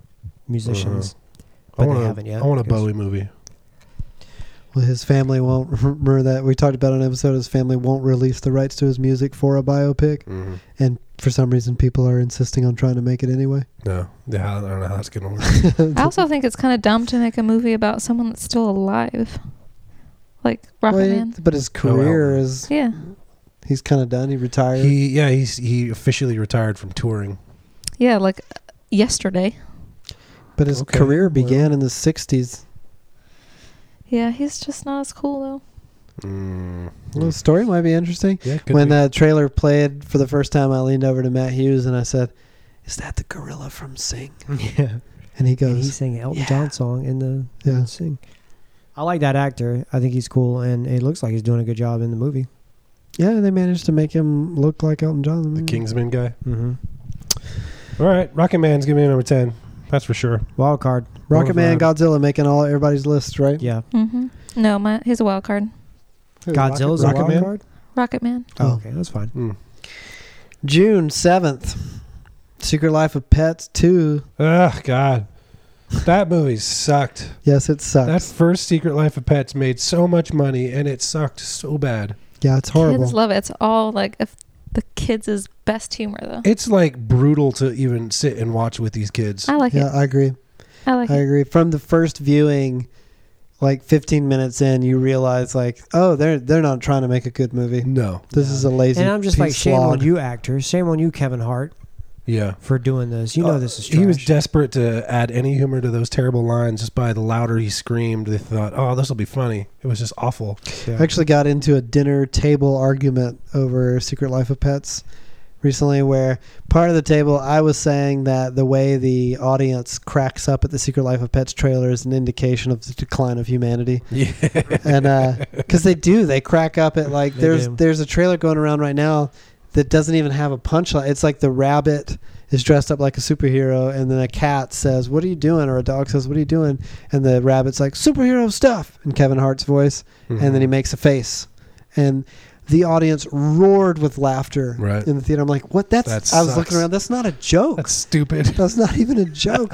D: musicians.
B: I
D: but they
B: want
D: haven't
B: a,
D: yet,
B: I want a
D: I guess.
B: Bowie movie.
A: Well, his family won't remember that we talked about in an episode. His family won't release the rights to his music for a biopic,
B: Mm-hmm.
A: and for some reason, people are insisting on trying to make it anyway.
B: No, yeah, I don't know how that's gonna work.
C: I also think it's kind of dumb to make a movie about someone that's still alive, like Rocket
A: Well,
C: Man.
A: But his career
B: well.
A: is
C: Yeah,
A: he's kind of done. He retired.
B: he, yeah, he's he officially retired from touring.
C: yeah, like uh, yesterday.
A: but his
B: Okay,
A: career
B: well.
A: began in the 60s.
C: Yeah, he's just not as cool though.
B: Mm.
A: Well, the story might be interesting.
B: Yeah, could
A: when
B: be.
A: that trailer played for the first time, I leaned over to Matt Hughes and I said, "Is that the gorilla from Sing?"
D: Yeah.
A: And he
D: And
A: goes,
D: he sang an Elton
A: yeah.
D: John song in the
A: Yeah.
D: yeah. sing. I like that actor. I think he's cool, and it looks like he's doing a good job in the movie.
A: Yeah, they managed to make him look like Elton John.
D: Mm.
B: the Kingsman guy.
D: Mm-hmm.
B: All right, Rocket Man's gonna be number ten. That's for sure.
D: Wild card.
A: Rocket Man,
B: Boulevard.
A: Godzilla making all everybody's lists, right?
D: Yeah.
C: Mm-hmm. No, my he's a wild card.
D: Godzilla's
B: Rocket
D: a wild
B: Man?
D: card.
C: Rocket Man.
D: Oh,
A: Oh.
D: okay, that's fine.
B: Mm.
A: June seventh, Secret Life of Pets two.
B: Ugh, God, that movie sucked.
A: Yes, it sucks.
B: That first Secret Life of Pets made so much money, and it sucked so bad.
A: yeah, it's
C: Kids
A: horrible.
C: love it. It's all like if the kids' is best humor though.
B: It's like brutal to even sit and watch with these kids.
C: I like
A: yeah,
C: it.
A: I agree.
C: I like
A: I
C: it.
A: agree. From the first viewing, like 15 minutes in, you realize like, oh, they're they're not trying to make a good movie.
B: No,
A: This is a lazy.
D: And I'm just
A: piece
D: like, shame
A: slog.
D: on you, actors. Shame on you, Kevin Hart,
B: yeah.
D: for doing this. You know
B: Uh,
D: this is trash.
B: He was desperate to add any humor to those terrible lines. Just by the louder he screamed, they thought, "Oh, this will be funny." It was just awful.
A: I actually got into a dinner table argument over Secret Life of Pets recently, where part of the table I was saying that the way the audience cracks up at the Secret Life of Pets trailer is an indication of the decline of humanity,
B: Yeah,
A: and uh, because they do, they crack up at like
D: They
A: there's
D: do.
A: there's a trailer going around right now that doesn't even have a punchline. It's like the rabbit is dressed up like a superhero, and then a cat says, "What are you doing?" or a dog says, "What are you doing?" and the rabbit's like, "Superhero stuff," in Kevin Hart's voice and
B: Mm-hmm.
A: then he makes a face and the audience roared with laughter
B: Right.
A: in the theater i'm like what that's
B: That
A: i was
B: sucks.
A: looking around that's not a joke
B: that's
A: that's,
B: stupid.
A: not even a joke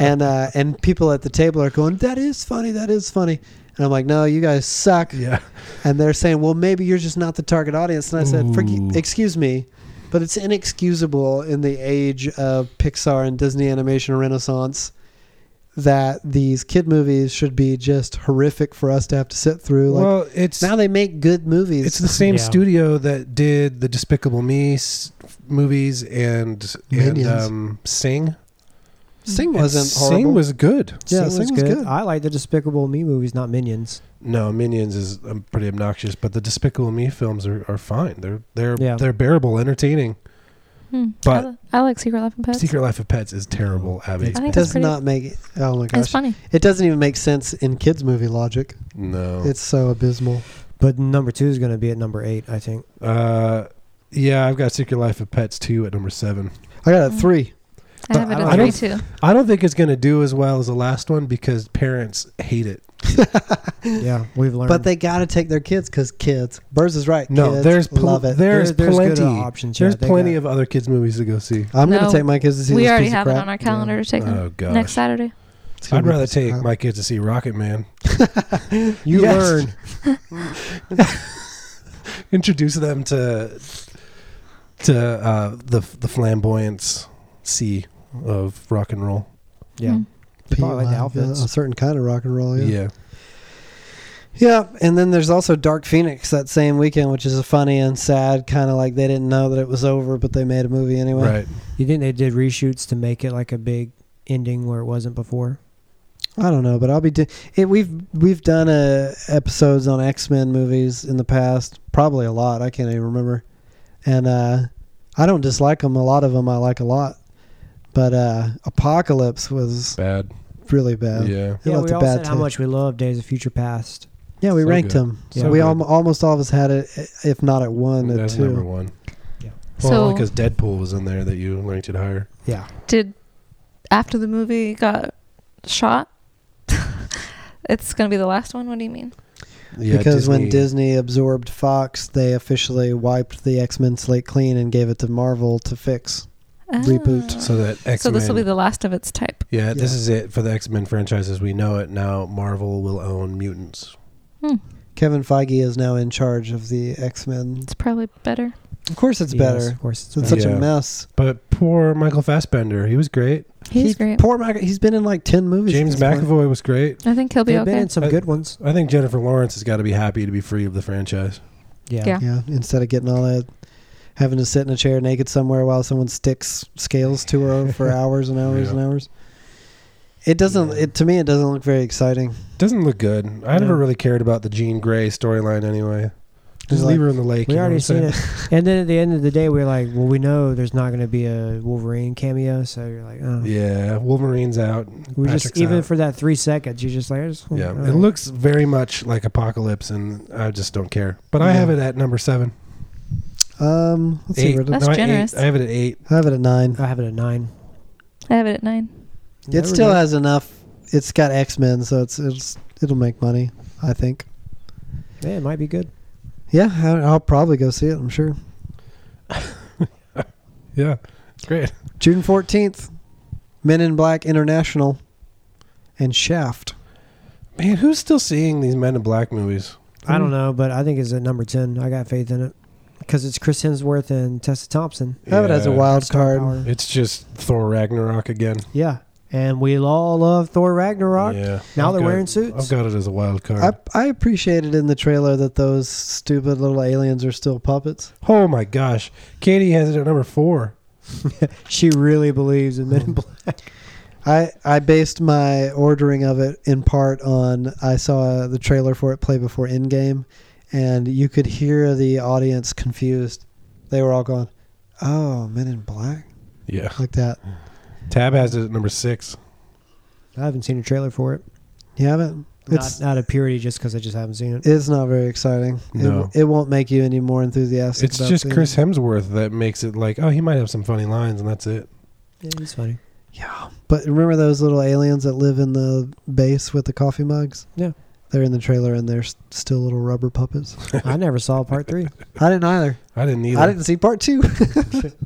A: and uh and people at the table are going that is funny that is funny and i'm like no you guys suck
B: Yeah,
A: and they're saying well maybe you're just not the target audience and i said
B: Ooh.
A: Forg- excuse me but it's inexcusable in the age of pixar and disney animation renaissance that these kid movies should be just horrific for us to have to sit through like
B: well, it's
A: now they make good movies.
B: it's the same
D: Yeah.
B: studio that did the Despicable Me s- movies and and
A: Minions.
B: um, Sing.
A: Sing
B: And
A: wasn't horrible.
B: Sing was good.
A: Mm. yeah,
D: Sing was good. I like the Despicable Me movies, not Minions.
B: No, Minions is um, pretty obnoxious, but the Despicable Me films are, are fine. They're they're
D: Yeah.
B: they're bearable, entertaining.
C: Hmm.
B: But-
C: I, li- I like Secret Life of Pets.
B: Secret Life of Pets is terrible, Abby.
C: I think
A: It
C: it's
A: does
C: pretty.
A: not make it. Oh my
C: it's
A: gosh!
C: funny.
A: It doesn't even make sense in kids' movie logic.
B: No,
A: It's so abysmal.
D: But number two is going to be at number eight, I think.
B: Uh, yeah, I've got Secret Life of Pets two at number seven.
A: I got
C: Mm.
A: it three.
C: I have it
B: I
C: at
B: don't-
C: three too.
B: I don't think it's gonna do as well as the last one because parents hate it.
D: Yeah, we've learned.
A: But they got to take their kids because kids. Burrs is right.
B: No,
A: kids
B: there's pl-
A: love it.
B: there- There's
D: good uh,
B: plenty.
D: options.
B: There's plenty of other kids movies to go see.
A: I'm
C: No,
A: gonna take my kids to see.
C: We
A: this
C: already
A: piece of
C: have it
A: crap.
C: on our calendar to take them
B: Oh gosh,
C: next Saturday.
A: It's gonna
B: I'd
A: be a
B: rather
A: piece of
B: take
A: crap.
B: my kids to see Rocket Man. you
A: Yes.
B: learn. Introduce them to to uh, the the flamboyance sea of rock and roll.
D: Yeah,
C: Mm.
D: They probably like the
A: P-Line,
D: outfits.
A: a certain kind of rock and roll.
B: Yeah.
A: Oh, Yeah. Yeah, and then there's also Dark Phoenix that same weekend, which is a funny and sad kind of like they didn't know that it was over, but they made a movie anyway.
B: right.
D: You think they did reshoots to make it like a big ending where it wasn't before?
A: I don't know, but I'll be. Di- it, we've we've done uh, episodes on X Men movies in the past, probably a lot. I can't even remember, and uh, I don't dislike them. A lot of them I like a lot, but uh, Apocalypse was
B: Bad.
A: really bad.
B: yeah.
A: It
D: yeah,
A: left
D: we
A: a
D: all
A: bad
D: said how
A: taste.
D: much we love Days of Future Past.
A: Yeah, we
B: So
A: ranked
B: good.
A: them.
D: So
A: we
B: good.
A: al- almost all of us had it, if not at one, at
B: That's number
A: two.
B: one. Well,
C: So
B: because Deadpool was in there that you ranked it higher.
D: Yeah,
C: did after the movie got shot, it's gonna be the last one. What do you mean?
B: Yeah,
A: because when Disney absorbed Fox, they officially wiped the X Men slate clean and gave it to Marvel to fix. Reboot.
C: Ah.
B: so that X
C: so
B: Men.
C: this will be the last of its type.
B: yeah, this
A: Yeah.
B: is it for the X Men franchise as we know it now. Marvel will own mutants.
C: Hmm.
A: Kevin Feige is now in charge of the X Men.
C: It's probably better.
A: Of course, it's
D: Yes,
A: better.
D: Of course, it's
A: It's
D: better.
A: such
B: Yeah.
A: a mess.
B: But poor Michael Fassbender, he was great.
C: He's
A: He-
C: great.
A: Poor Mac. He's been in like ten movies. at
B: James
A: this point.
B: McAvoy was great.
C: I think he'll be
D: They've been
C: okay.
D: in
A: Uh,
D: some
B: I-
D: good ones.
B: I think Jennifer Lawrence has got to be happy to be free of the franchise.
D: Yeah,
C: Yeah.
A: Yeah. Instead of getting all that, having to sit in a chair naked somewhere while someone sticks scales to her for hours and hours
B: Yeah.
A: and hours. It doesn't.
B: Yeah.
A: It to me, it doesn't look very exciting.
B: Doesn't look good. I
D: No.
B: never really cared about the Jean Grey storyline anyway. Just
A: Like,
B: leave her in the lake.
D: we
B: you know
D: already
B: what I'm
D: seen
B: saying?
D: it. And then at the end of the day, we're like, well, we know there's not going to be a Wolverine cameo, so you're like, oh,
B: Yeah, Wolverine's out.
D: we just
B: Patrick's
D: even
B: out.
D: for that three seconds, you're just like, I just,
B: Yeah,
D: all
B: it
D: right.
B: looks very much like Apocalypse, and I just don't care. But I
A: Yeah.
B: have it at number seven.
A: Um, let's see.
B: Eight. Uh,
A: where did-
C: That's
B: No, I- eight.
C: generous.
B: I have it at eight.
A: I have it at nine.
D: I have it at nine.
C: I have it at nine.
A: It
D: Never
A: still
D: know.
A: has enough. It's got X Men, so it's it's it'll make money. I think.
D: Yeah, it might be good.
A: Yeah, I- I'll probably go see it. I'm sure.
B: Yeah, it's great.
A: June fourteenth, Men in Black International, and Shaft.
B: Man, who's still seeing these Men in Black movies?
D: I don't know, but I think it's at number ten. I got faith in it because it's Chris Hemsworth and Tessa Thompson.
A: I have it as a
B: Yeah.
A: wild
D: Star
A: card.
D: power.
B: It's just Thor Ragnarok again.
D: Yeah, and we all love Thor Ragnarok.
B: Yeah.
D: Now they're
B: got-
D: wearing suits.
B: I've got it as a wild card.
A: I, I appreciated in the trailer that those stupid little aliens are still puppets.
B: oh my gosh, Katie has it at number four.
D: She really believes in Men
B: Hmm.
D: in Black.
A: I, I based my ordering of it in part on I saw the trailer for it play before Endgame, and you could hear the audience confused. They were all going, "Oh, Men in Black,"
B: Yeah.
A: like that.
B: Tab has it at number six.
D: I haven't seen a trailer for it.
A: You haven't.
D: Not,
A: It's
D: not of purity, just because I just haven't seen it.
A: it's not very exciting. It
B: No.
A: w- It, won't make you any more enthusiastic.
B: It's
A: about
B: just
A: the-
B: Chris Hemsworth that makes it like, oh, he might have some funny lines, and that's it.
D: Yeah, it's funny.
A: Yeah, but remember those little aliens that live in the base with the coffee mugs?
D: Yeah.
A: They're in the trailer and they're s- still little rubber puppets.
D: I never saw part three.
A: I didn't either.
B: I didn't either.
A: I didn't see part two.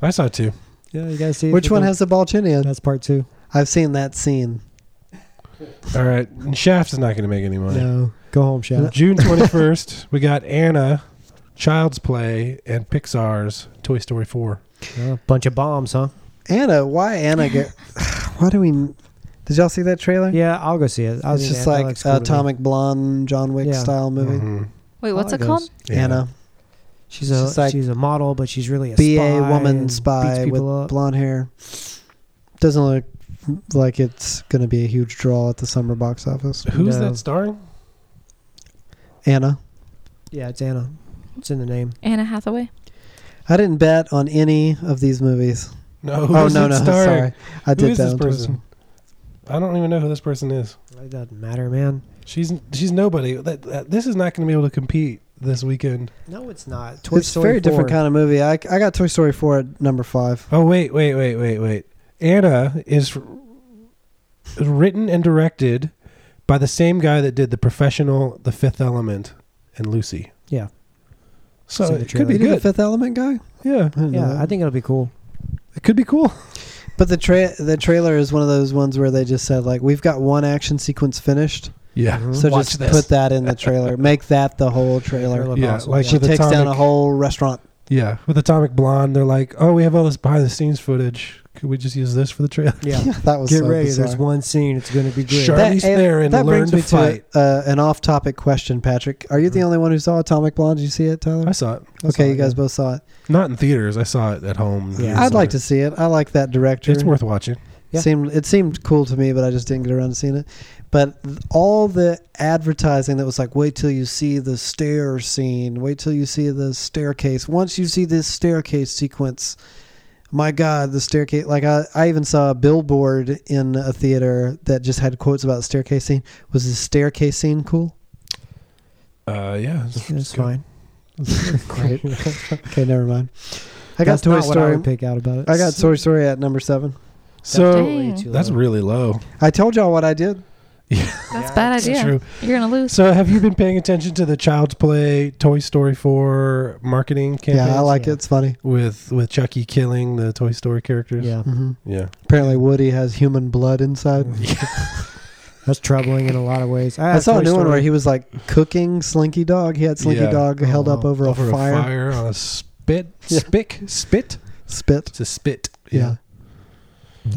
B: I saw two.
D: Yeah, you guys see
A: Which one has the ball chin in?
D: That's part two.
A: I've seen that scene.
B: All right, and Shaft is not going to make any money.
D: No, go home, Shadow.
B: June twenty first, we got Anna, Child's Play, and Pixar's Toy Story four.
D: Yeah, bunch of bombs, huh?
A: Anna, why Anna get? why do we? Did y'all see that trailer?
D: Yeah, I'll go see it. I
A: it's just like Atomic Blonde, John Wick
D: Yeah.
A: style movie.
B: Mhm.
C: Wait, what's
D: like
C: it called?
D: those.
B: Yeah.
A: Anna,
D: She's a
A: She's like
D: she's a model, but she's really a
A: be a
D: spy
A: woman
D: and
A: spy
D: beats
A: with
D: people up.
A: blonde hair. Doesn't look like it's going to be a huge draw at the summer box office.
B: Who's
D: No.
B: that starring?
A: Anna.
D: Yeah, it's Anna. It's in the name.
C: Anna Hathaway.
A: I didn't bet on any of these movies.
B: No.
A: oh
B: who's
A: no
B: it
A: no
B: starring?
A: sorry, I
B: Who
A: did
B: is
A: that
B: this
A: on Twitter.
B: person? I don't even know who this person is.
D: It doesn't matter, man.
B: She's she's nobody. That, that, this is not going to be able to compete this weekend.
D: No, it's not. Toy
A: it's a
D: Story
A: very
D: 4.
A: different kind of movie. I, I got Toy Story 4 at number 5.
B: Oh wait, wait, wait, wait, wait. Anna is r- written and directed by the same guy that did The Professional, The Fifth Element, and Lucy.
D: Yeah.
B: So
D: Seen the
B: it could be
A: You did the
B: good.
A: Fifth Element guy?
B: Yeah,
A: I didn't know
D: Yeah,
A: that.
D: I think it'll be cool.
B: it could be cool.
A: But the tra- the trailer is one of those ones where they just said like we've got one action sequence finished,
B: Yeah.
D: Mhm.
A: so
B: Watch
A: just
B: this.
A: put that in the trailer. Make that the whole trailer.
D: Trailer
B: Yeah,
D: possible,
B: like
A: She
B: with
A: takes down a
B: Atomic-
A: whole restaurant.
B: Yeah, with Atomic Blonde, they're like, "Oh, we have all this behind-the-scenes footage. Could we just use this for the trailer?"
D: yeah.
A: that was
D: Get
A: so
D: ready.
A: bizarre.
D: There's one scene. It's going to be great.
B: Sure. Charlize
A: and-
B: Theron
A: that
B: learned
A: brings me
B: to
A: to uh, an off-topic question, Patrick. Are you the only one who saw Atomic Blonde? Did you see it, Tyler?
B: I saw it.
D: I saw
A: okay, you
D: it,
A: guys
D: yeah.
A: both saw it.
B: Not in theaters. I saw it at home.
D: Yeah.
B: years
A: I'd like to
B: later.
A: see it. I like that director.
B: It's worth watching.
D: Yeah.
A: Seemed it seemed cool to me, but I just didn't get around to seeing it. But th- all the advertising that was like, "Wait till you see the stair scene. Wait till you see the staircase. Once you see this staircase sequence, my God, the staircase!" Like I, I even saw a billboard in a theater that just had quotes about the staircase scene. Was the staircase scene cool?
B: Uh, yeah, it's,
D: It's fine.
A: Great. okay, never mind. I got
D: That's
A: Toy
D: not what I
A: Story.
D: would pick out about it.
A: I got Toy Story at number seven.
B: So
C: Dang.
B: that's really low.
A: I told y'all what I did.
C: That's
D: Yeah,
C: bad
B: That's
C: idea.
B: true.
C: You're gonna lose.
B: So have you been paying attention to the Child's Play, Toy Story Four marketing campaign
A: yeah, I like
D: yeah.
A: it. It's funny.
B: with with Chucky killing the Toy Story characters?
D: Yeah,
A: hmm
B: yeah.
A: Apparently, Woody has human blood inside.
D: that's troubling in a lot of ways.
A: I,
D: have
A: saw a
D: Toy
A: new one
D: Story.
A: where he was like cooking Slinky Dog. He had Slinky
B: Yeah. Uh-huh.
A: Dog held
D: Oh,
A: up over,
B: Over
A: a fire,
B: a fire on a spit,
A: Yeah.
B: spick, spit.
A: spit.
B: It's a spit.
A: Yeah.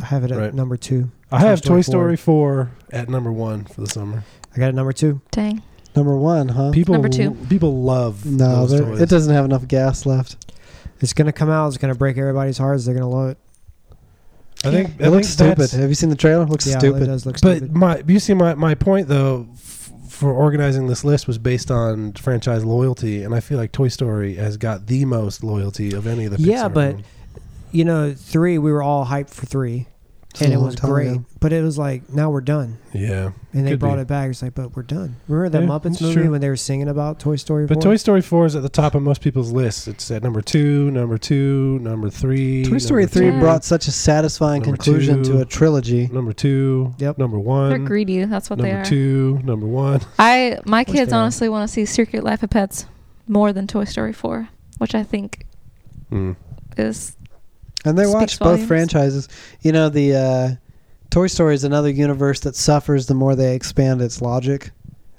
D: I have it at
B: Right.
D: number two.
B: I have Toy Story
D: Toy Story
B: Four at number one for the summer.
D: I got it number two.
C: Dang.
A: Number one, huh?
B: People,
C: Number two.
B: people love
A: no,
B: those
A: there-
B: toys.
A: it doesn't have enough gas left.
D: It's gonna come out. It's gonna break everybody's hearts. They're gonna love it.
B: I think
A: It looks stupid.
B: that's-
A: Have you seen the trailer? It looks
D: yeah, It
A: stupid.
D: does look
B: But
D: stupid.
B: my, you see, my my point though f- for organizing this list was based on franchise loyalty, and I feel like Toy Story has got the most loyalty of any of the.
D: Yeah,
B: Pixar
D: but-
B: films.
D: You know, three. We were all hyped for three,
A: It's a
D: and it
A: long
D: was
A: time
D: great.
A: ago.
D: But it was like now we're done,
B: yeah,
D: and they
B: Could
D: brought
B: be.
D: it back. It's like, but we're done. Remember that
B: Yeah,
D: Muppets
B: it's
D: movie
B: true.
D: when they were singing about Toy Story?
B: but
D: 4?
B: Toy Story Four is at the top of most people's lists. It's at number two, number two, number three.
A: Toy Story
B: number
A: three
C: two.
A: brought such a satisfying
B: Number
A: conclusion
B: two.
A: to a trilogy.
B: number two,
D: Yep.
B: number
C: They're
B: one,
C: greedy. That's what they
B: um, number
C: are.
B: two, number one.
C: I my
D: Which
C: kids
D: they are.
C: honestly want to see Secret Life of Pets more than Toy Story 4, which I think
B: Mm.
C: is
A: And they
C: Speaks
A: watch both
C: volumes.
A: franchises. You know, the uh, Toy Story is another universe that suffers the more they expand its logic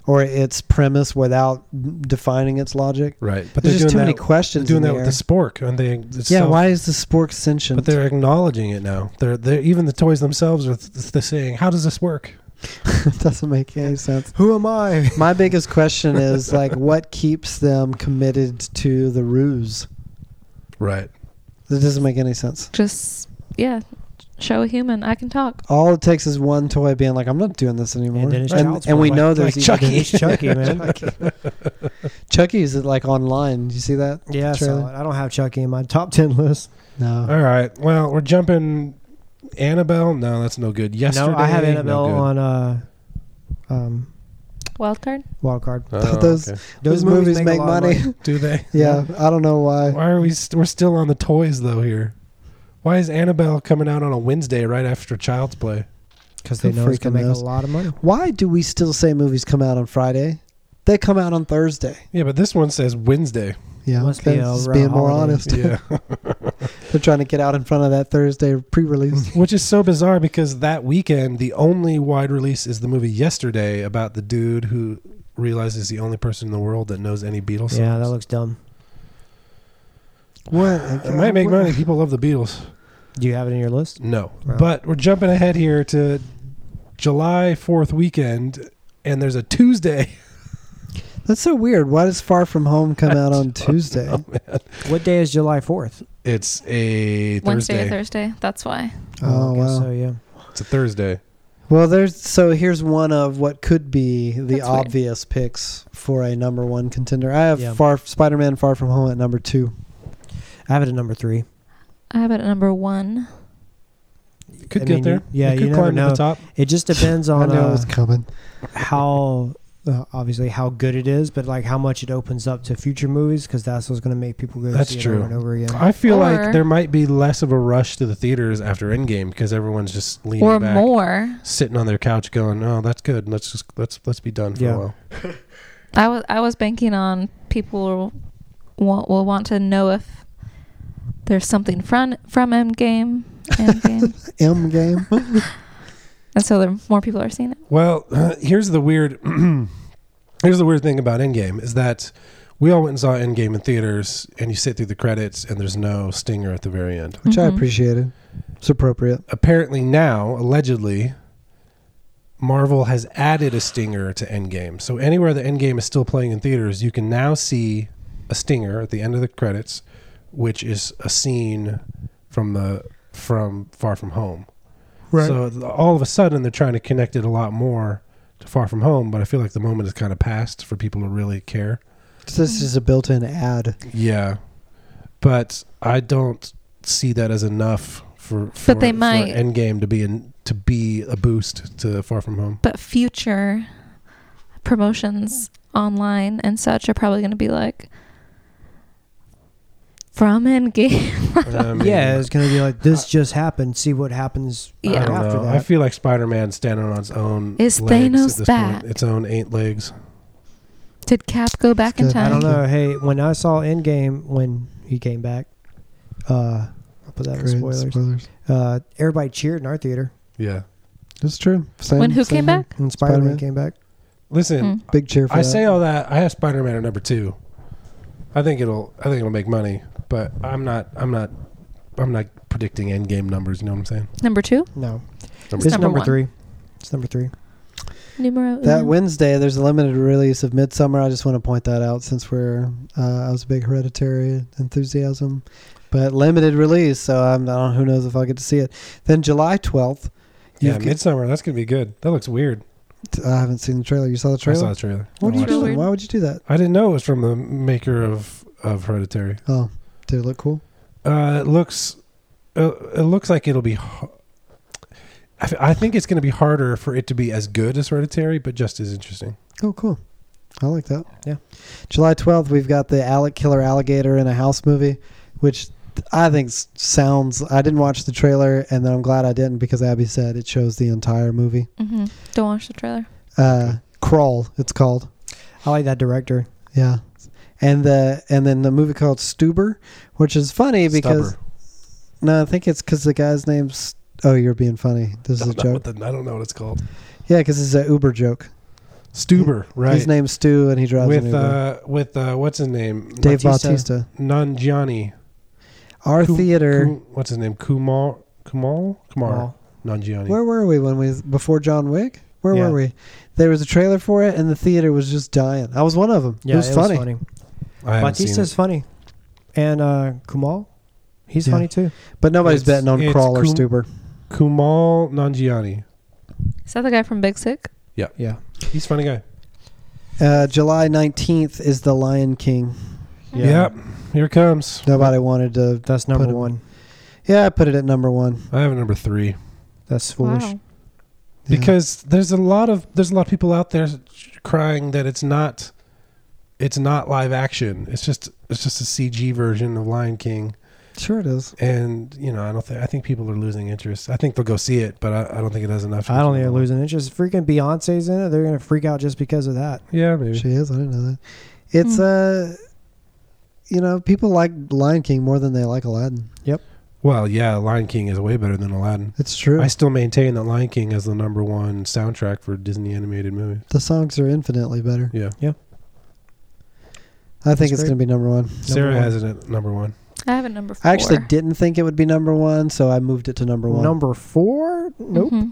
A: or its premise without defining its logic.
B: Right, but
A: There's
B: they're
A: just too
B: doing
A: many
B: that. They're
A: questions.
B: doing
A: in
B: that
A: the
B: with
A: air.
B: the spork, and they it's
A: Yeah,
B: self-
A: why is the spork sentient?
B: But they're acknowledging it now. They're they're even the toys themselves are th- th- saying, "How does this work?"
A: it doesn't make any sense.
D: Who am I?
A: My biggest question is like, what keeps them committed to the ruse?
B: Right.
A: That doesn't make any sense.
C: just yeah, show a human I can talk.
A: All it takes is one toy being like, "I'm not doing this anymore,"
D: And then it's
A: and,
D: child's
A: and we
D: play.
A: know
D: Like-
A: there's
B: like Chucky.
A: even-
D: It's Chucky, man.
A: Chucky's like online. Did you see that?
D: Yeah, I
A: trailer?
D: saw it. I don't have Chucky in my top ten list.
A: No.
B: All right. Well, we're jumping. Annabelle? No, that's no good. Yesterday.
D: no, I have
B: no
D: Annabelle
B: good.
D: on uh, um,
C: Wild card.
D: wild card.
B: Oh,
A: Those-
B: okay.
A: Those movies make,
D: a lot of
A: money.
B: Do they?
A: yeah, I don't know why.
B: Why are we? St- we're still on the toys though here. Why is Annabelle coming out on a Wednesday right after Child's Play?
D: because they
A: Who
D: know it's
A: freaking
D: gonna make
A: knows?
D: a lot of money.
A: Why do we still say movies come out on Friday? They come out on Thursday.
B: Yeah, but this one says Wednesday.
A: Yeah,
D: Must be
A: that's
D: a
A: just
D: round
A: being more
D: holiday.
A: honest.
B: Yeah,
A: They're trying to get out in front of that Thursday pre-release.
B: which is so bizarre because that weekend the only wide release is the movie Yesterday about the dude who realizes the only person in the world that knows any Beatles. Songs.
D: Yeah, that looks dumb.
A: what?
B: It might make money. People love the Beatles.
D: Do you have it in your list?
B: No.
D: Wow.
B: But we're jumping ahead here to July 4th weekend, and there's a Tuesday.
A: That's so weird. Why does Far From Home come out on Tuesday?
D: What day is July fourth?
B: It's a
C: Wednesday
B: Thursday.
C: or Thursday. That's why.
A: Oh,
D: I guess
A: wow.
D: So yeah,
B: it's a Thursday.
A: Well, there's so here's one of what could be the
C: That's weird.
A: obvious picks for a number one contender. I have
D: Yeah.
A: Far Spider-Man Far From Home at number two.
D: I have it at number three.
C: I have it at number 1.
B: Could
D: I
B: get
D: mean,
B: there.
D: you- yeah,
B: It could
D: you never
B: climb to
D: know.
B: the top.
D: It just depends
A: I
D: on
A: knew it
D: uh,
A: was coming.
D: how uh, obviously how good it is, but like how much it opens up to future movies because that's what's going to make people go
B: That's
D: see
B: true.
D: it over and over again.
B: I feel like
C: Or-
B: there might be less of a rush to the theaters after Endgame because everyone's just leaning
C: or
B: back,
C: more.
B: sitting on their couch, going, "Oh, that's good. Let's just let's let's be done for
D: Yeah.
B: a while."
C: I was I was banking on people want, will want to know if there's something from from Endgame, Endgame,
A: M game.
C: and so there more people are seeing it.
B: Well, here's the weird here's the weird thing about Endgame is that we all went and saw Endgame in theaters, and you sit through the credits, and there's no stinger at the very end.
A: which I
C: Mhm.
A: appreciated. It's appropriate.
B: Apparently now, allegedly, Marvel has added a stinger to Endgame. So anywhere the Endgame is still playing in theaters, you can now see a stinger at the end of the credits, which is a scene from the from Far From Home. So th- all of a sudden, they're trying to connect it a lot more to Far From Home, but I feel like the moment is kind of past for people to really care.
A: This is a built-in ad.
B: Yeah, but I don't see that as enough for. for
C: But they
B: for
C: might-
B: Endgame to be in, to be a boost to Far From Home.
C: But future promotions online and such are probably going to be like from Endgame.
B: I mean,
D: yeah, it's going to be like this just happened. See what happens
C: Yeah.
B: I
D: right
B: don't
D: after
B: know.
D: that.
B: I feel like Spider-Man standing on its own.
C: Is
B: legs
C: Thanos
B: at this
C: back?
B: Point, its own eight legs.
C: Did Cap go back in
A: good.
D: I
C: time?
D: don't know. Hey, when I saw Endgame, when he came back, uh, I'll put that in
A: Great
D: spoilers. Uh, everybody cheered in our theater
B: Yeah.
A: It's true. Same,
C: When who
A: same
C: came
A: thing.
C: back?
D: when Spider Man
A: Spider-Man.
D: came back.
B: Listen,
C: Hmm.
A: Big cheer for
B: I
A: that.
B: say all that. I have Spider-Man at number two. I think it'll. I think it'll make money, but I'm not. I'm not. I'm not predicting end game numbers. You know what I'm saying?
C: Number two,
D: No,
B: Number
D: it's
C: two.
D: number,
C: Number one.
D: three. It's number three.
C: numero
A: That
C: uno.
A: Wednesday, there's a limited release of Midsummer. I just want to point that out since we're uh, I was a big Hereditary enthusiasm, but limited release, so I'm, I don't know who knows if I'll get to see it. Then July 12th,
B: Yeah,
A: you've got-
B: Midsummer. That's gonna be good. That looks weird.
A: I haven't seen the trailer. You saw the
B: I
A: trailer?
B: saw the trailer.
A: What are
B: I
A: you
B: watched it.
A: doing?
C: Weird.
A: Why would you do that?
B: I didn't know it was from the maker of of Hereditary.
A: Oh, did it look cool?
B: Uh, it looks. Uh, it looks like it'll be. h- I f- I think it's going to be harder for it to be as good as Hereditary, but just as interesting.
A: Oh, cool. I like that.
D: Yeah.
A: July 12th, we've got the Alec Killer Alligator in a House movie, which I think s- sounds. I didn't watch the trailer, and then I'm glad I didn't because Abby said it shows the entire movie.
C: Mhm. Don't watch the trailer.
A: Uh, Crawl, it's called.
D: I like that director.
A: Yeah. And the and then the movie called Stuber, which is funny because
B: Stubber.
A: no, I think it's because the guy's name's. Oh, you're being funny. This is
B: I
A: a
B: don't know
A: joke.
B: what the- I don't know what it's called.
A: Yeah, because it's an Uber joke.
B: Stuber, right?
A: His name's Stu, and he drives an
B: with
A: Uber.
B: uh, with uh, what's his name?
A: Dave
D: Bautista.
A: Bautista.
B: Nanjiani.
A: Our
B: Cool.
A: theater.
B: Kum- what's his name? Kumal. Kumal. Kumar.
D: Well,
B: Nanjiani.
A: Where were we when we before John Wick? Where
D: Yeah.
A: were we? There was a trailer for it, and the theater was just dying. I was one of them.
D: yeah,
A: it was funny.
B: I haven't seen
D: Batista's
B: it.
D: funny, and uh, Kumal, he's
A: Yeah.
D: funny too.
A: but nobody's
B: It's-
A: betting on
B: it's
A: Crawl or
B: cool.
A: Stuber.
B: Kumal Nanjiani.
C: Is that the guy from Big Sick?
D: Yeah,
B: He's a funny guy.
A: Uh, July nineteenth is The Lion King.
B: Yeah. Yep. Here it comes.
A: Nobody wanted to.
D: that's number
A: Put him-
D: one.
A: Yeah, I put it at number one
B: I have a number three.
D: That's foolish.
C: Wow.
A: Yeah.
B: because there's a lot of there's a lot of people out there crying that it's not it's not live action it's just it's just a cg version of lion king
A: Sure, it is.
B: and you know i don't think i think people are losing interest i think they'll go see it but i, I don't think it has enough
D: I don't think they're losing interest. Freaking Beyonce's in it. They're gonna freak out just because of that.
B: yeah maybe
A: She is. I didn't know that. It's uh, you know, people like Lion King more than they like Aladdin.
B: well yeah lion king is way better than aladdin
A: It's true.
B: i still maintain that lion king is the number one soundtrack for disney animated movies
A: the songs are infinitely better.
B: yeah
A: I think
D: That's
A: it's
D: great.
A: going to be number one.
B: sarah
D: one.
B: has it at number one
C: I have a number four.
A: I actually didn't think it would be number one, so I moved it to number one.
D: Number four? Nope.
C: Mhm.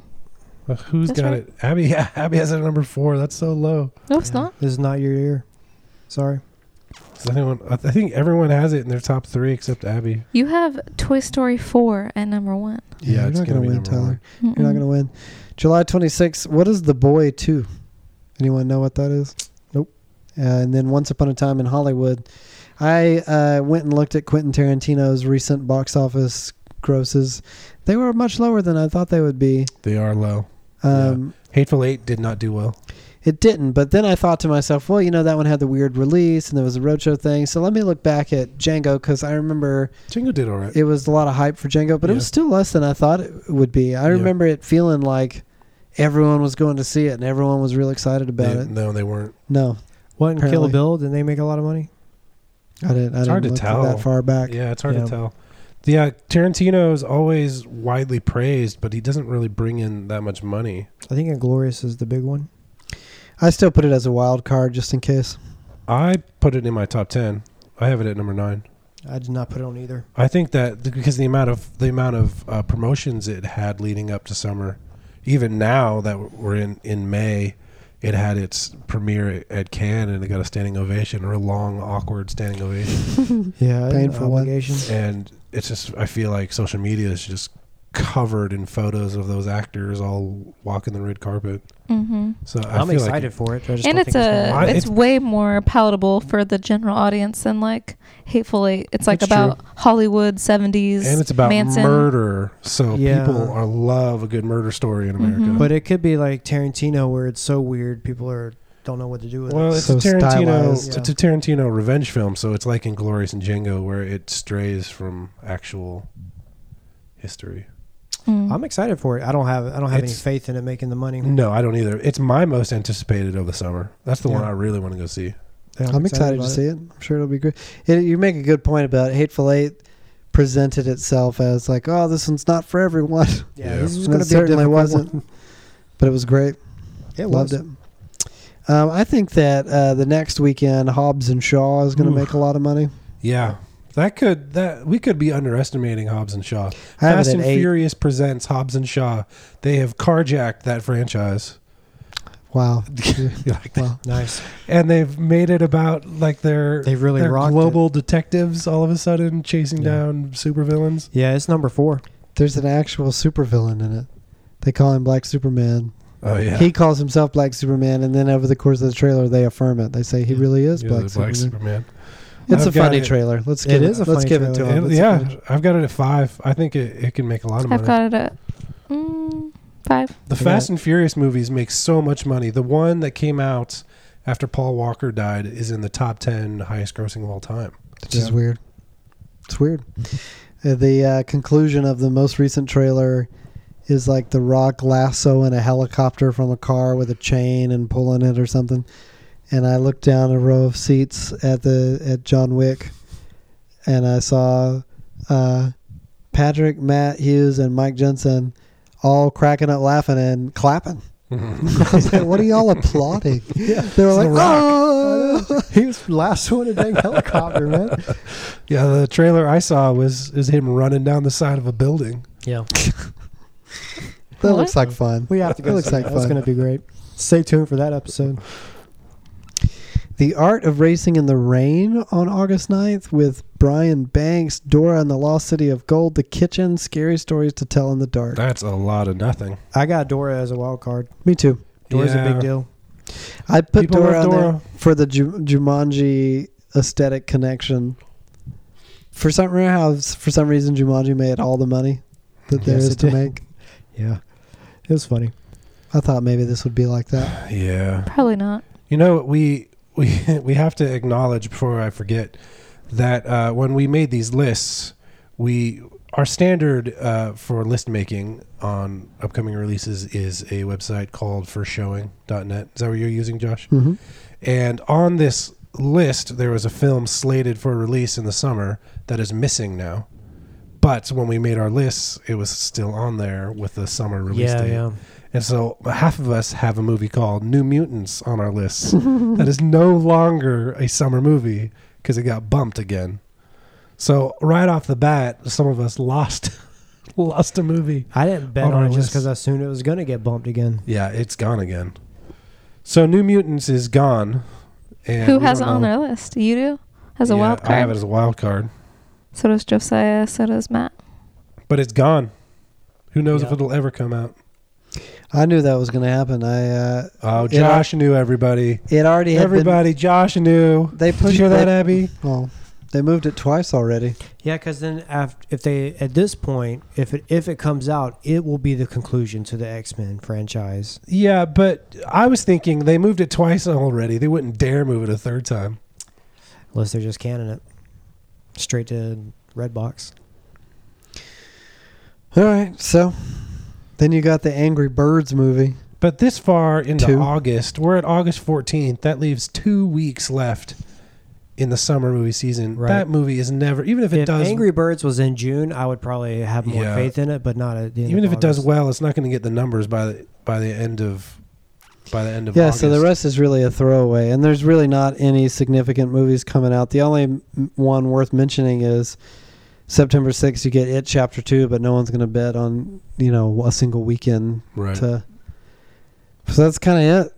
B: Uh, Who's
C: That's
B: got
C: right.
B: it abby yeah abby has it at number four that's so low
C: No, it's
D: Yeah.
C: not.
D: This is not your year. Sorry.
B: Does anyone i think everyone has it in their top three except abby
C: You have Toy Story four at number one.
B: Yeah,
A: you're
B: it's
A: not
B: gonna
A: going to win,
B: be number
A: Tyler.
B: one.
A: You're
C: Mm.
A: not going to win. July 26th. What is The Boy 2? Anyone know what that is? Nope. Uh, and then Once Upon a Time in Hollywood. I uh, went and looked at Quentin Tarantino's recent box office grosses. They were much lower than I thought they would be.
B: they are low
A: Um,
B: Hateful Eight did not do well.
A: It didn't. But then I thought to myself, well, you know, that one had the weird release and there was a roadshow thing. So let me look back at Django because I remember
B: Django did all right.
A: it was a lot of hype for Django, but it was
B: Yeah.
A: still less than I thought it would be. I
B: Yeah.
A: remember it feeling like everyone was going to see it and everyone was real excited about
B: They-
A: it.
B: No, they weren't.
A: No,
D: What in Kill
A: Apparently.
D: Bill? Did they make a lot of money?
A: I didn't. I
B: It's
A: didn't
B: hard to
A: look
B: tell.
A: that far back.
B: Yeah, it's hard
D: Yeah.
B: to tell. Yeah, Tarantino is always widely praised, but he doesn't really bring in that much money.
D: I think Inglorious is the big one.
A: I still put it as a wild card just in case.
B: I put it in my top ten. I have it at number nine.
D: I did not put it on either.
B: I think that th- because the amount of the amount of uh, promotions it had leading up to summer, even now that w- we're in in May, it had its premiere a- at Cannes and it got a standing ovation or a long awkward standing ovation.
D: Yeah,
A: Paying for what?
D: obligation.
B: and it's just I feel like social media is just covered in photos of those actors all walking the red carpet.
C: Mm-hmm.
B: So I
D: I'm
B: feel like
D: excited for it. but I just
C: And
D: don't
C: it's
D: think gonna
C: a
B: I-
D: happen.
C: it's,
B: it's-
C: way more palatable for the general audience than like Hateful Eight. It's like
B: That's
C: about Hollywood seventies
B: and it's about
C: Manson.
B: murder, so
D: Yeah.
B: people are love a good murder story in America.
C: Mhm.
D: but it could be like Tarantino, where it's so weird, people are don't know what to do with
B: Well,
D: it.
B: it's
A: So
B: a Tarantino.
A: stylized.
B: It's a Tarantino revenge film, so it's like Inglorious and Django, where it strays from actual history.
C: Mm.
D: I'm excited for it. I don't have I don't have any
B: It's-
D: faith in it making the money.
B: No, I don't either. It's my most anticipated of the summer. That's the one
D: Yeah.
B: I really want to go see.
D: Yeah,
A: I'm, excited, to
D: about
A: see it. I'm sure it'll be great. It, you make a good point about Hateful Eight presented itself as like, oh, this one's not for everyone.
B: Yeah.
D: Yeah, this is
A: And
D: going
A: it
D: to be a
A: certainly
D: difficult
A: wasn't.
D: one.
A: But it was great.
D: It
A: Loved
D: was.
A: it. Um, I think that uh, the next weekend, Hobbs and Shaw is going to
B: Oof.
A: make a lot of money.
B: Yeah, that could that we could be underestimating Hobbs and Shaw.
A: I have
B: Fast
A: it at
B: and
A: eight.
B: Furious presents Hobbs and Shaw. They have carjacked that franchise,
A: Wow.
B: You like that?
A: wow.
D: Nice.
B: and they've made it about like their
D: They really
B: their
D: rocked
B: global detectives all of a sudden chasing
D: Yeah.
B: down supervillains.
D: it. Yeah, it's number four.
A: There's an actual supervillain in it. They call him Black Superman.
B: Oh yeah,
A: He calls himself Black Superman, and then over the course of the trailer, they affirm it. They say he really is
B: Yeah,
A: Black,
B: the
A: Superman.
B: Superman.
A: It's
B: I've
A: a
B: got
A: funny
B: it.
A: trailer. Let's
D: It
A: give it.
D: is a
A: let's
D: funny
A: give it to
D: trailer.
A: him.
B: It-
A: It's a
B: yeah,
A: funny-
B: I've got it at five. I think it, it can make a lot of money.
C: I've got it at mm, five.
B: the
A: I
B: Fast
A: got-
B: and Furious movies make so much money. The one that came out after Paul Walker died is in the top ten highest grossing of all time.
A: Which is
D: Yeah.
A: weird. It's weird. Uh, the uh, conclusion of the most recent trailer is like the Rock lassoing a helicopter from a car with a chain and pulling it or something. And I looked down a row of seats at the at John Wick, and I saw uh, Patrick, Matt Hughes, and Mike Jensen all cracking up, laughing and clapping. I was like, "What are y'all applauding?"
D: Yeah,
A: They were like, "Oh!"
D: he was last one in a dang helicopter, man.
B: yeah, the trailer I saw was is him running down the side of a building.
D: Yeah,
A: That
C: What?
A: looks like fun.
D: we have to
A: It
D: go.
A: looks
D: see
A: like
D: that. That's
A: fun.
D: going to be great. Stay tuned for that episode.
A: The Art of Racing in the Rain on August 9th with Brian Banks, Dora and the Lost City of Gold, The Kitchen, Scary Stories to Tell in the Dark.
B: That's a lot of nothing.
D: I got Dora as a wild card.
A: Me too.
D: Dora's a
B: Yeah.
D: big deal.
A: I put
B: People
A: Dora
B: love
A: on there
B: Dora.
A: for the Ju- Jumanji aesthetic connection. For some, reason, how- for some reason, Jumanji made all the money that there is
D: Yes, it
A: to
D: did.
A: make.
D: Yeah, it was funny.
A: I thought maybe this would be like that.
B: Yeah.
C: Probably not.
B: You know, we we we have to acknowledge before I forget that uh, when we made these lists, we our standard uh, for list making on upcoming releases is a website called firstshowing.net. Is that what you're using, Josh?
D: Hmm.
A: Mm-hmm.
B: And on this list, there was a film slated for release in the summer that is missing now. But when we made our lists, it was still on there with the summer release
D: yeah,
B: date.
D: yeah.
B: And so half of us have a movie called New Mutants on our list that is no longer a summer movie because it got bumped again. So right off the bat, some of us lost lost a movie.
D: I didn't bet
B: On
D: on
B: our
D: it just
B: list.
D: because I assumed it was going to get bumped again.
B: Yeah, it's gone again. So New Mutants is gone. And
C: Who
B: we
C: has it
B: don't
C: on
B: know-
C: their list? You do as a
B: Yeah,
C: wild
B: I have it
C: card.
B: as a wild card,
C: So does Josiah. So does Matt.
B: but it's gone. Who knows if
D: Yeah.
B: it'll ever come out?
A: I knew that was going to happen. I uh,
B: Oh,
A: Yeah.
B: Josh knew everybody.
A: It already had
B: Everybody, Josh knew.
A: been. They pushed
B: Did you hear that,
A: they-
B: Abby?
A: Oh, They moved it twice already.
D: Yeah, because then after, if they at this point, if it if it comes out, it will be the conclusion to the X Men franchise.
B: Yeah, but I was thinking they moved it twice already. They wouldn't dare move it a third time.
D: Unless they're just canning it straight to Redbox.
A: All right, so then you got the Angry Birds movie.
B: But this far into
A: Two.
B: August, we're at August 14th. That leaves two weeks left in the summer movie season.
D: Right.
B: That movie is never, even if
D: If,
B: it does,
D: Angry Birds was in June, I would probably have more
B: Yeah.
D: faith in it, but not at the end
B: even
D: of
B: if it does
D: August.
B: well, it's not going to get the numbers by the by the end of by the end of
A: yeah,
B: August.
A: so the rest is really a throwaway, and there's really not any significant movies coming out. The only m- one worth mentioning is September 6th, you get It Chapter 2, but no one's going to bet on, you know, a single weekend
B: right.
A: to. So that's kind of it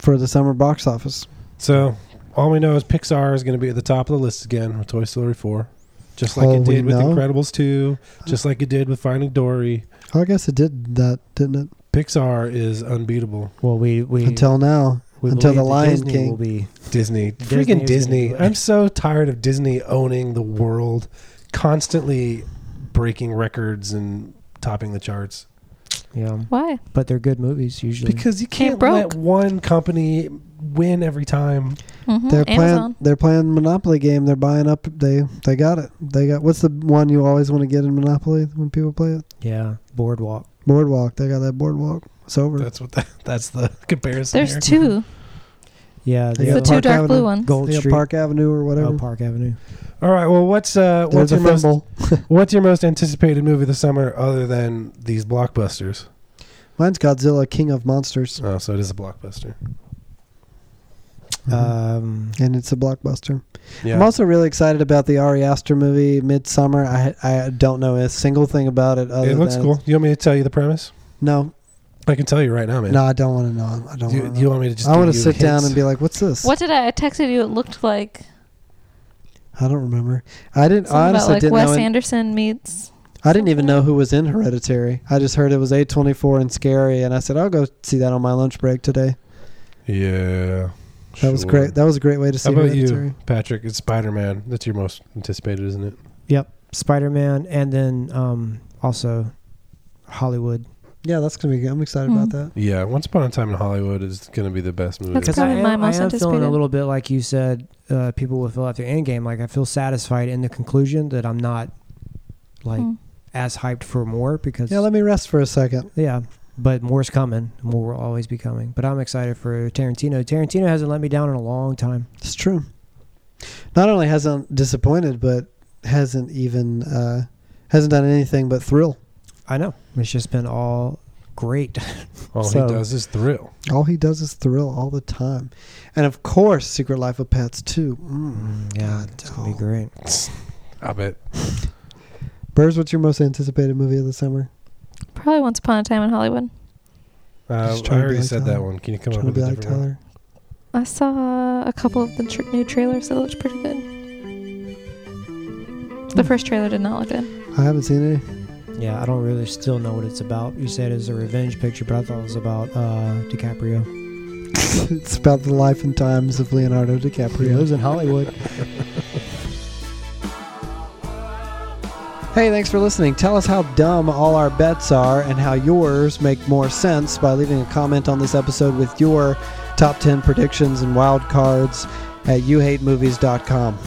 A: for the summer box office.
B: So all we know is Pixar is going to be at the top of the list again with Toy Story 4. Just like
A: All
B: it
A: we
B: did with
A: know?
B: Incredibles 2, just like it did with Finding Dory.
A: Oh, I guess it did that, didn't it?
B: Pixar is unbeatable.
D: Well, we we
A: Until now.
D: we
A: until
D: believe
A: the
D: that
A: Lion
D: Disney
A: King.
D: will be
B: Disney.
D: Disney is
B: Freaking
D: gonna
B: Disney.
D: do it.
B: I'm so tired of Disney owning the world, constantly breaking records and topping the charts.
D: yeah,
C: Why?
D: but they're good movies usually.
B: Because you can't let
C: broke.
B: one company win every time.
C: hmm
A: They're playing.
C: Amazon.
A: They're playing Monopoly game. They're buying up. They they got it. They got. What's the one you always want to get in Monopoly when people play it?
D: yeah, Boardwalk.
A: Boardwalk. They got that boardwalk. It's over.
B: That's what that, that's the comparison.
C: There's
B: here.
C: two.
A: Yeah,
D: Yeah, the
C: the
D: other-
A: Park
C: two dark
A: Avenue.
C: blue ones.
D: Gold
A: yeah,
D: Street,
A: Park Avenue or whatever.
D: oh, Park Avenue.
B: All right. Well, what's uh, what's
A: There's
B: your
A: a
B: most
A: thimble.
B: what's your most anticipated movie this summer other than these blockbusters?
A: Mine's Godzilla, King of Monsters,
B: Oh, so it is a blockbuster. Mm-hmm.
D: Um,
A: and it's a blockbuster.
B: Yeah.
A: I'm also really excited about the Ari Aster movie, Midsummer. I I don't know a single thing about it. Other
B: it looks
A: than
B: cool. You want me to tell you the premise?
A: No,
B: I can tell you right now, man.
A: no, I don't want to know. I don't.
B: Do you,
A: wanna
B: do
A: know.
B: you want me to just?
A: I
B: give
A: want to
B: you
A: sit down
B: hints?
A: and be like, "What's this?"
C: What did I, I texted you? It looked like
A: I don't remember. I didn't
C: something
A: I honestly
C: about like
A: didn't know.
C: Wes
A: any-
C: Anderson meets.
A: I didn't even know who was in Hereditary. I just heard it was A24 and Scary, and I said, I'll go see that on my lunch break today.
B: Yeah.
A: That was great. That was a great way to see
B: How about
A: Hereditary.
B: you, Patrick? It's Spider Man. That's your most anticipated, isn't it?
D: yep, Spider Man, and then um, also Hollywood.
A: Yeah, that's going to be good. I'm excited about that.
B: Yeah. Once Upon a Time in Hollywood is going to be the best movie.
C: That's
D: Because
B: That's
C: good.
D: I
C: probably
D: am,
C: my
D: I
C: most
D: am feeling a
C: anticipated.
D: little bit like you said, uh, people will fill out their end game. Like I feel satisfied in the conclusion that I'm not like
C: Hmm.
D: as hyped for more because
A: Yeah, let me rest for a second.
D: yeah, but more's coming. More will always be coming. But I'm excited for Tarantino. Tarantino hasn't let me down in a long time.
A: It's true. Not only hasn't disappointed, but hasn't even, uh, hasn't done anything but thrill.
D: I know it's just been all great.
B: All
D: So-
B: he does is thrill.
A: All he does is thrill all the time. And of course, Secret Life of Pets, too. Mm,
D: Mm, yeah,
A: God,
D: it's gonna
A: oh.
D: be great.
B: I bet.
A: Burrs, what's your most anticipated movie of the summer?
C: Probably Once Upon a Time in Hollywood.
B: Uh,
A: Just trying
B: I
A: to be
B: already
A: like
B: said
A: Tyler.
B: that one. Can you come up
A: Trying to
B: with
A: be
B: a
A: like
B: different one?
A: Tyler.
C: I saw a couple of the tr- new trailers that looked pretty good. The first trailer did not look good.
A: I haven't seen any.
D: Yeah, I don't really still know what it's about. You said it's a revenge picture, but I thought it was about uh, DiCaprio.
A: it's about the life and times of Leonardo
D: He
A: DiCaprio.
D: lives in Hollywood.
A: Hey, thanks for listening. Tell us how dumb all our bets are and how yours make more sense by leaving a comment on this episode with your top 10 predictions and wild cards at youhatemovies.com.